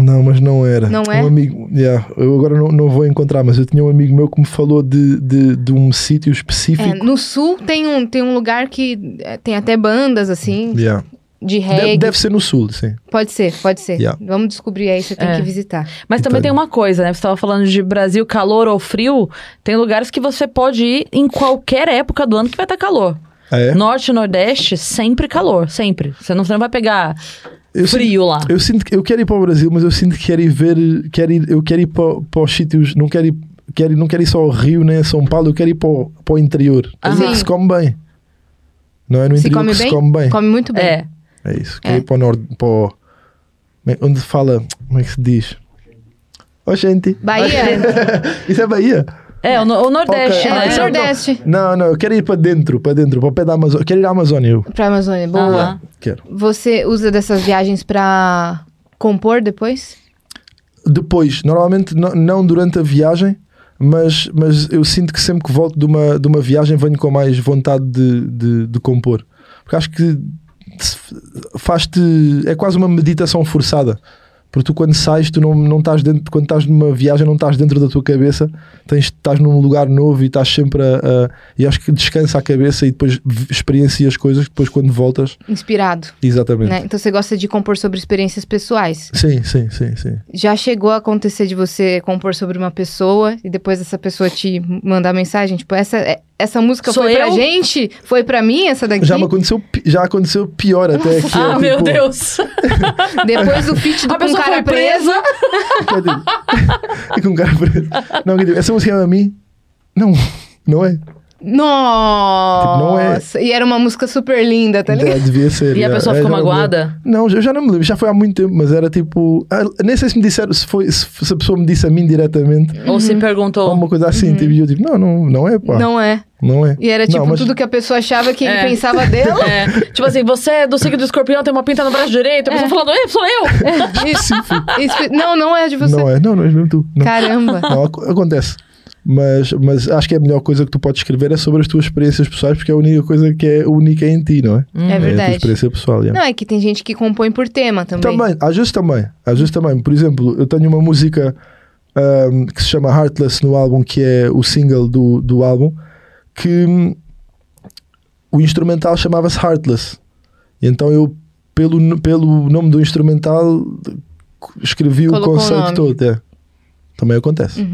Não, mas não era. Não é? Um amigo, yeah, eu agora não, não vou encontrar, mas eu tinha um amigo meu que me falou de, de, de um sítio É, específico. no sul tem um, tem um lugar que é, tem até bandas assim, Yeah. de Deve- reggae. deve ser no sul, sim. Pode ser, pode ser. Yeah. Vamos descobrir aí, você tem É. que visitar. Mas também Itália. tem uma coisa, né? Você estava falando de Brasil, calor ou frio. Tem lugares que você pode ir em qualquer época do ano que vai estar calor. Ah, é? Norte e Nordeste, sempre calor, sempre. Você não, você não vai pegar Eu sinto- frio lá. Eu sinto que eu quero ir para o Brasil, mas eu sinto que quero ir ver, quero ir, eu quero ir para, para os sítios, não quero ir, quero, ir- não quero ir só ao Rio nem a São Paulo, eu quero ir para o, para o interior. Aham. Onde é que se come bem. Não é no Se interior come que bem? se come bem. Come muito bem. É. É isso. Quero ir para o norte, para o, como é- onde fala, como é que se diz? Oxente. (laughs) Bahia, Isso é Bahia? É, o, no- o Nordeste, Ok. é, Ah, né? então- Nordeste. Não, não, eu quero ir para dentro, para dentro, para o pé da Amazônia. Quero ir à Amazônia, eu Pra Amazônia, boa. Aham. quero. Você usa dessas viagens pra compor depois? depois, normalmente no- não durante a viagem, mas, mas eu sinto que sempre que volto de uma, de uma viagem venho com mais vontade de, de, de compor. Porque acho que se- faz-te. É quase uma meditação forçada. Porque tu quando sais, tu não, não estás dentro, quando estás numa viagem, não estás dentro da tua cabeça, tens, estás num lugar novo e estás sempre a, a- E acho que descansa a cabeça e depois vi- experiencias coisas, depois quando voltas. Inspirado, Exatamente. né? Então você gosta de compor sobre experiências pessoais. Sim, sim, sim, sim. Já chegou a acontecer de você compor sobre uma pessoa e depois essa pessoa te mandar mensagem, tipo, essa, é- essa música Sou foi pra eu? gente? Foi pra mim essa daqui? Já, é me aconteceu, pi- já aconteceu pior até é, tipo, aqui. Ah, meu (laughs) Deus. Depois (laughs) o feat do A com pessoa cara foi preso. tipo presa. Quer dizer, é com cara preso. Não, quer dizer, essa música é pra mim? Não, não é. Nossa! E era uma música super linda, tá ligado? É, devia ser. E a é, pessoa é, ficou já não me magoada? lembro. Não, eu já não me lembro, já foi há muito tempo, mas era tipo. ah, Nem sei se me disseram, se, foi, se, se a pessoa me disse a mim diretamente. Ou se Ou perguntou. uma coisa assim, tipo, e eu digo, não, não, não é, pá. Não, Não é. é. E era tipo não, mas- tudo que a pessoa achava que É. ele pensava (laughs) dela. É, tipo assim, você é do signo do escorpião, tem uma pinta no braço direito. A pessoa falando, "Ei, sou eu. Específico. Espe- Não, não é de você. Não é, não, não é mesmo tu. Não. Caramba. Não, ac- acontece. Mas, mas acho que a melhor coisa que tu podes escrever é sobre as tuas experiências pessoais, porque é a única coisa que é única em ti, Hum. não é? É É Então, a tua verdade. experiência pessoal. Yeah. Não, é que tem gente que compõe por tema também. Também, às vezes também. Às vezes também. Por exemplo, eu tenho uma música ahm, que se chama Heartless no álbum, que é o single do, do álbum, que hum, o instrumental chamava-se Heartless. E Então eu, pelo, n- pelo nome do instrumental, escrevi Colocou o o conceito nome. todo. é. Também acontece.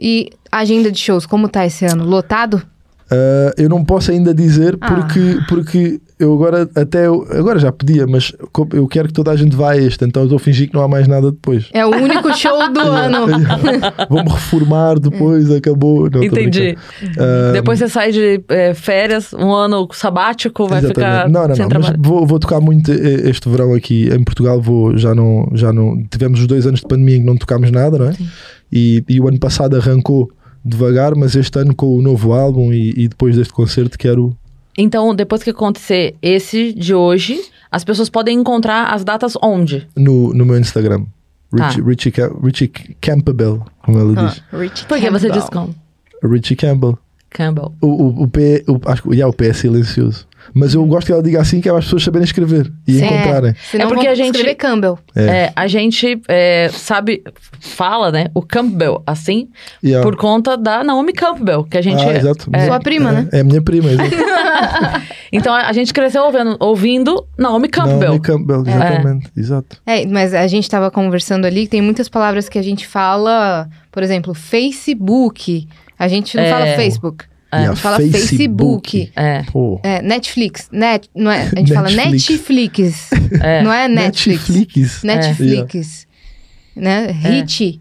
E agenda de shows, como tá esse ano? Lotado? Ah, eu não posso ainda dizer Ah. porque, porque eu agora até eu- agora já podia, mas co- eu quero que toda a gente vá a este, então eu estou a fingir que não há mais nada depois. É o único show do é ano. (laughs) Vou-me reformar depois, acabou. Não, tô Hum. Entendi. brincando. Ah, Depois você sai de é, férias, um ano sabático, vai exatamente. ficar Não, não, sem não. Mas trabalho. vou, vou tocar muito eh, este verão aqui em Portugal. Vou, já, não, já não. Tivemos os dois anos de pandemia em que não tocámos nada, não é? E, e o ano passado arrancou devagar, mas este ano com o novo álbum e, e depois deste concerto quero. Então, depois que acontecer esse de hoje, as pessoas podem encontrar as datas onde? No, no meu Instagram. Tá. Richie, Richie, Ca- Richie Campbell, como ela Tá. diz. Ah, Rich Porque você Campbell. diz como? Richie Campbell. Campbell. O, o, o P, o, acho que yeah, o P é silencioso. Mas eu gosto que ela diga assim que é para as pessoas saberem escrever e né? Sim. encontrarem. Senão É porque vão a gente- escrever Campbell. É. É, a gente é, sabe, fala, né? O Campbell, assim, Yeah. por conta da Naomi Campbell, que a gente. É. Ah, exato. Sua prima, é, né? É a (laughs) minha prima, exato. Então a a gente cresceu ouvindo, ouvindo Naomi Campbell. Naomi Campbell, exatamente. Exato. É, mas a gente tava conversando ali, tem muitas palavras que a gente fala, por exemplo, Facebook. A gente não É. fala Facebook. E A gente É. fala Facebook. É, Pô. É, Netflix. Net, não é, a gente fala Netflix. Netflix. é. Não é Netflix. Netflix. Netflix. Né? Hit.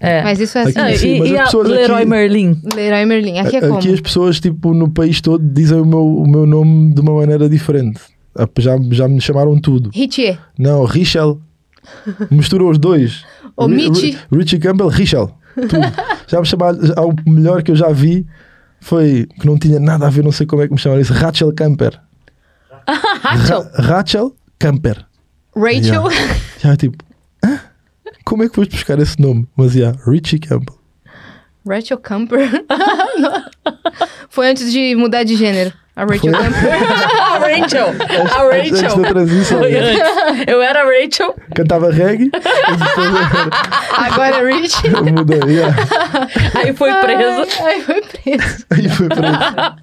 É. Mas isso é assim. Aqui- Ah, sim, e mas e as a pessoas aqui- Leroy (laughs) Merlin. Leroy Merlin. Aqui é como? Aqui as pessoas, tipo, no país todo, dizem o meu, o meu nome de uma maneira diferente. Ah, Já, já me chamaram tudo. Hitier. (laughs) Não, Richel. Misturou os dois. Omite. Ri- Ri- Richie Campbell, Richel. Tudo. já me chamaram. já- O melhor que eu já vi foi que não tinha nada a ver, não sei como é que me chamaram isso. Rachel Camper. Rachel. Ra- Rachel Camper. Rachel. Já tipo. "Hã? Como é que foste buscar esse nome? Mas já, Richie Campbell. (laughs) Rachel Camper. (laughs) Foi antes de mudar de gênero. A Rachel Foi? (laughs) Camper. a Rachel. A Antes- antes da Ah, Rachel. (laughs) transição. Foi antes. Eu era a Rachel. Cantava reggae, depois Agora é Rich. eu mudei. yeah. Aí foi presa. Ai, ai, foi preso. Aí foi para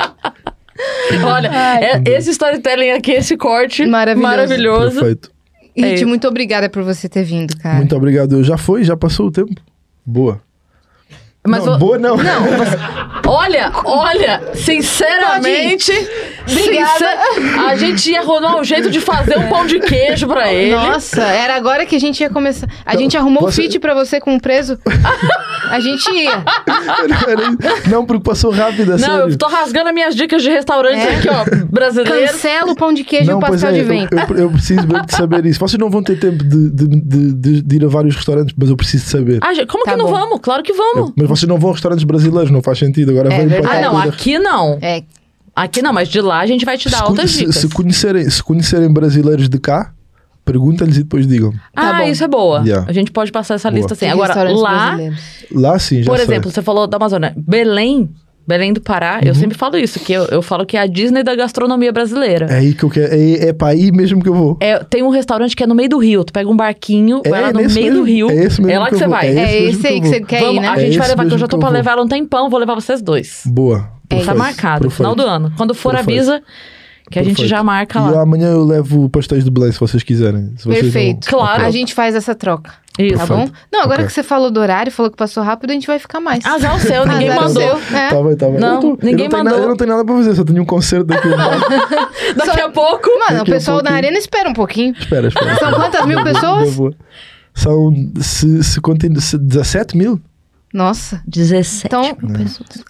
Olha, é- esse storytelling aqui, esse corte Maravilhoso. maravilhoso. Perfeito. (laughs) É Rich, isso. muito obrigada por você ter vindo, cara. Muito obrigado. Eu já foi, já passou o tempo. Boa. Mas não, o- boa não. Olha, olha, sinceramente, Obrigada. sincer- a gente ia arrumar um jeito de fazer um pão de queijo pra ele. Nossa, era agora que a gente ia começar. A gente arrumou você- um feat pra você com um (laughs) preso. A gente ia. não, porque passou rápido, é Não, sério. eu tô rasgando as minhas dicas de restaurantes É. aqui, ó, brasileiro. Cancela o pão de queijo e não, é, o pastel de vento. eu, eu, eu preciso mesmo de saber isso. Vocês não vão ter tempo de, de, de- de- de ir a vários restaurantes, mas eu preciso de saber. Ah, gente, como Tá que não bom. vamos? Claro que vamos. Eu- mas vocês não vão a restaurantes brasileiros, não faz sentido. Agora É vem para verdade. Ah, cá. não, toda- aqui não. É, Aqui não, mas de lá a gente vai te dar se, outras se- dicas. se conhecerem, se conhecerem brasileiros de cá, perguntem-lhes e depois digam. ah, Tá bom. isso é boa. Yeah. A gente pode passar essa Boa. lista assim. Agora, restaurantes lá, brasileiros. Lá sim, já por sei. exemplo, você falou da Amazônia. Belém, Belém do Pará, Uhum. eu sempre falo isso, que eu, eu falo que é a Disney da gastronomia brasileira. É aí que eu quero. É, é para aí mesmo que eu vou. É, tem um restaurante que é no meio do rio. Tu pega um barquinho, É vai lá no meio nesse do mesmo- rio. é esse mesmo é lá que, que eu você vou, vai. é É Esse mesmo esse aí que que eu você vou. quer ir, Vamos, né? A gente É vai esse levar, que eu mesmo já tô que eu pra vou. levar ela um tempão, vou levar vocês dois. Boa. tá perfeito, marcado. Final do perfeito. ano. Quando for, Perfeito. avisa que a gente Perfeito. já marca E lá. amanhã eu levo pastéis de Belém, se vocês quiserem. Se vocês não- Perfeito. Claro. A gente faz essa troca. Isso. Tá Perfeito. bom? Não, agora Ok. que você falou do horário, falou que passou rápido, a gente vai ficar mais. Azar Ah, o seu, ninguém Azar o mandou. seu, é. (laughs) Tá bem, tá bem. Não, eu tô- eu ninguém não tenho mandou. Nada, eu não tenho nada para fazer, só tenho um concerto daqui. (laughs) Daqui a pouco. Mano, o Daqui a pessoal da pouquinho. arena espera um pouquinho. espera, espera. São quantas mil pessoas? Boa, boa. São se, se, continu- se 17 mil? Nossa. 17. Então,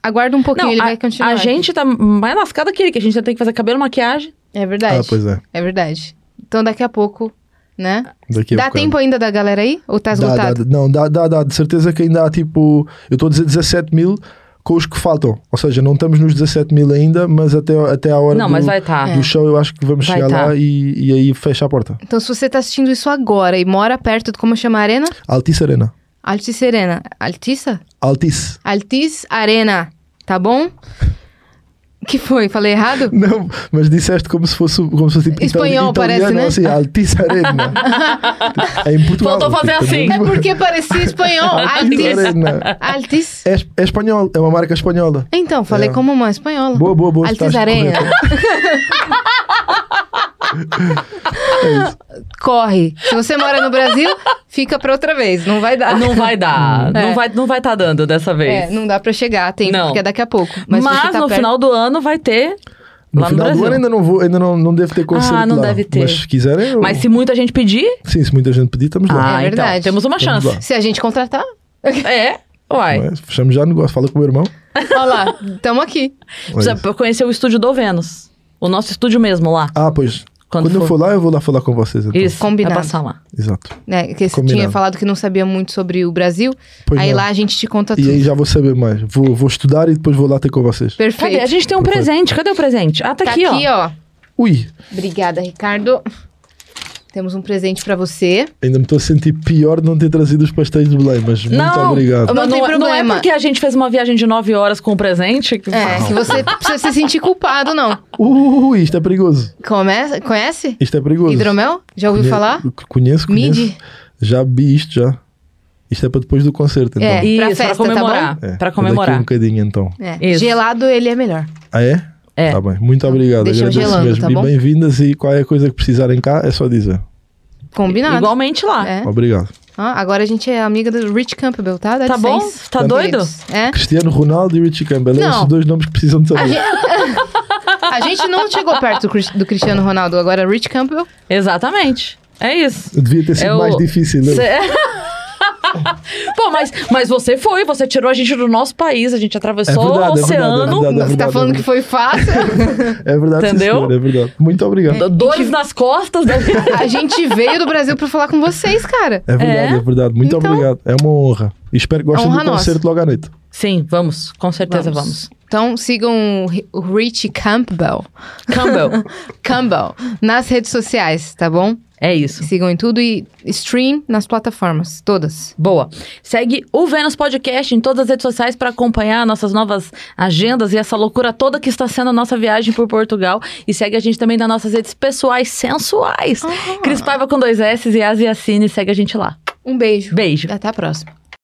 aguarda um pouquinho, não, ele a, vai continuar. a gente tá mais lascada que ele, que a gente já tem que fazer cabelo, maquiagem. É verdade. Ah, pois é. É verdade. Então daqui a pouco, né? Daqui a Dá bocado. tempo ainda da galera aí? Ou tá Dá, dá, esgotado? dá. não, dá, dá, dá. De certeza que ainda há tipo. Eu estou a dizer 17 mil com os que faltam. Ou seja, não estamos nos 17 mil ainda, mas até, até a hora Não, do, mas vai tá. do show eu acho que vamos Vai chegar tá. lá e, e aí fecha a porta. Então se você tá assistindo isso agora e mora perto de como chama a arena? Altice Arena. Altice Arena. Altiça? Altice. Altice Arena. Tá bom? Que foi? Falei errado? Não, mas disseste como se fosse, como se fosse tipo, Espanhol, itali- parece, italiano, né? assim, Altice (laughs) Arena. é em Portugal. Faltou fazer assim. É porque parecia espanhol. (laughs) Altice Altice. Arena. Altice. É, es- é espanhol, é uma marca espanhola. Então, falei É. como uma espanhola. Boa, boa, boa. tá Altice estás Arena. correta. Corre. Se você mora no Brasil, fica pra outra vez. Não vai dar. Ah, Não vai (laughs) dar. É. Não, vai, não vai tá dando dessa vez. É, não dá pra chegar a tempo, Não. porque é daqui a pouco. Mas, Mas, se você tá no perto- final do ano vai ter. No lá no final do Brasil. ano ainda não vou, ainda não, não devo ter concerto Ah, não lá. deve ter. Mas se quiserem, eu... Mas se muita gente pedir, sim, se muita gente pedir, estamos lá. ah, É verdade. então, temos uma Vamos chance. lá. Se a gente contratar, É, uai. Não é? Fechamos já o negócio, fala com o meu irmão. é olha lá, tamo aqui. Precisa Olha. conhecer o estúdio do Vênus. O nosso estúdio mesmo lá. Ah, pois. Quando Quando, for. eu for lá, eu vou lá falar com vocês. Então. Isso, Combinado. vai passar lá. Exato. Né, que você Combinado. tinha falado que não sabia muito sobre o Brasil. Pois aí não. lá a gente te conta E tudo. aí já vou saber mais. Vou, vou estudar e depois vou lá ter com vocês. Perfeito. Cadê? A gente tem um Perfeito. presente. Cadê o presente? Ah, tá, Tá aqui, ó. Ui, Obrigada, Ricardo. Temos um presente pra você. ainda me estou a sentir pior de não ter trazido os pastéis de Belém, mas muito Não, obrigado. Não tem é- Não problema. é porque a gente fez uma viagem de nove horas com o presente. que- É, que você não precisa se sentir culpado, não. Ui, isto é perigoso. Começa, conhece? Isto é perigoso. Hidromel? Já ouviu Conhe- falar? Conheço, conheço. Midi? Já bebi isto já. Isto é para depois do concerto, então. É. Isso, pra festa, pra comemorar. tá É, pra é Daqui comemorar. um bocadinho então. É. Isso. Gelado ele é melhor. Ah, é? É. Tá bem. Muito obrigado. deixa eu Agradeço gelando, mesmo. tá bom? E bem-vindas e qualquer coisa que precisarem cá é só dizer. Combinado. Igualmente lá. É. Obrigado. Ó, agora a gente é amiga do Rich Campbell, tá? Dá Tá bom? licença. Tá doido? Queridos. É. Cristiano Ronaldo e Richie Campbell. Não. Ah, São os dois nomes que precisam de saber. A gente não chegou perto do Cris- do Cristiano Ronaldo, agora é Rich Campbell. Exatamente. É isso. Devia ter sido É o- mais difícil. não? Cê- (laughs) Pô, mas, mas você foi, você tirou a gente do nosso país, a gente atravessou É o verdade, é verdade, é oceano. verdade. Você tá falando que foi fácil? É verdade, sim, Entendeu? senhora, é verdade. Muito obrigado. do- Dores nas costas. né? A gente veio do Brasil pra falar com vocês, cara. É verdade, é, verdade. Muito Então- É um obrigado. É uma honra. E espero que gostem Honra do concerto logo à noite. Sim, vamos, com certeza vamos. Então sigam o Ri- o Rich Campbell. Campbell, Campbell. Nas redes sociais, tá bom? é isso. Sigam em tudo e stream nas plataformas, todas. Boa. Segue o Vênus Podcast em todas as redes sociais para acompanhar nossas novas agendas e essa loucura toda que está sendo a nossa viagem por Portugal. E segue a gente também nas nossas redes pessoais sensuais. Cris Paiva com dois S e Asiacine. Segue a gente lá. Um beijo. Beijo. Até a próxima.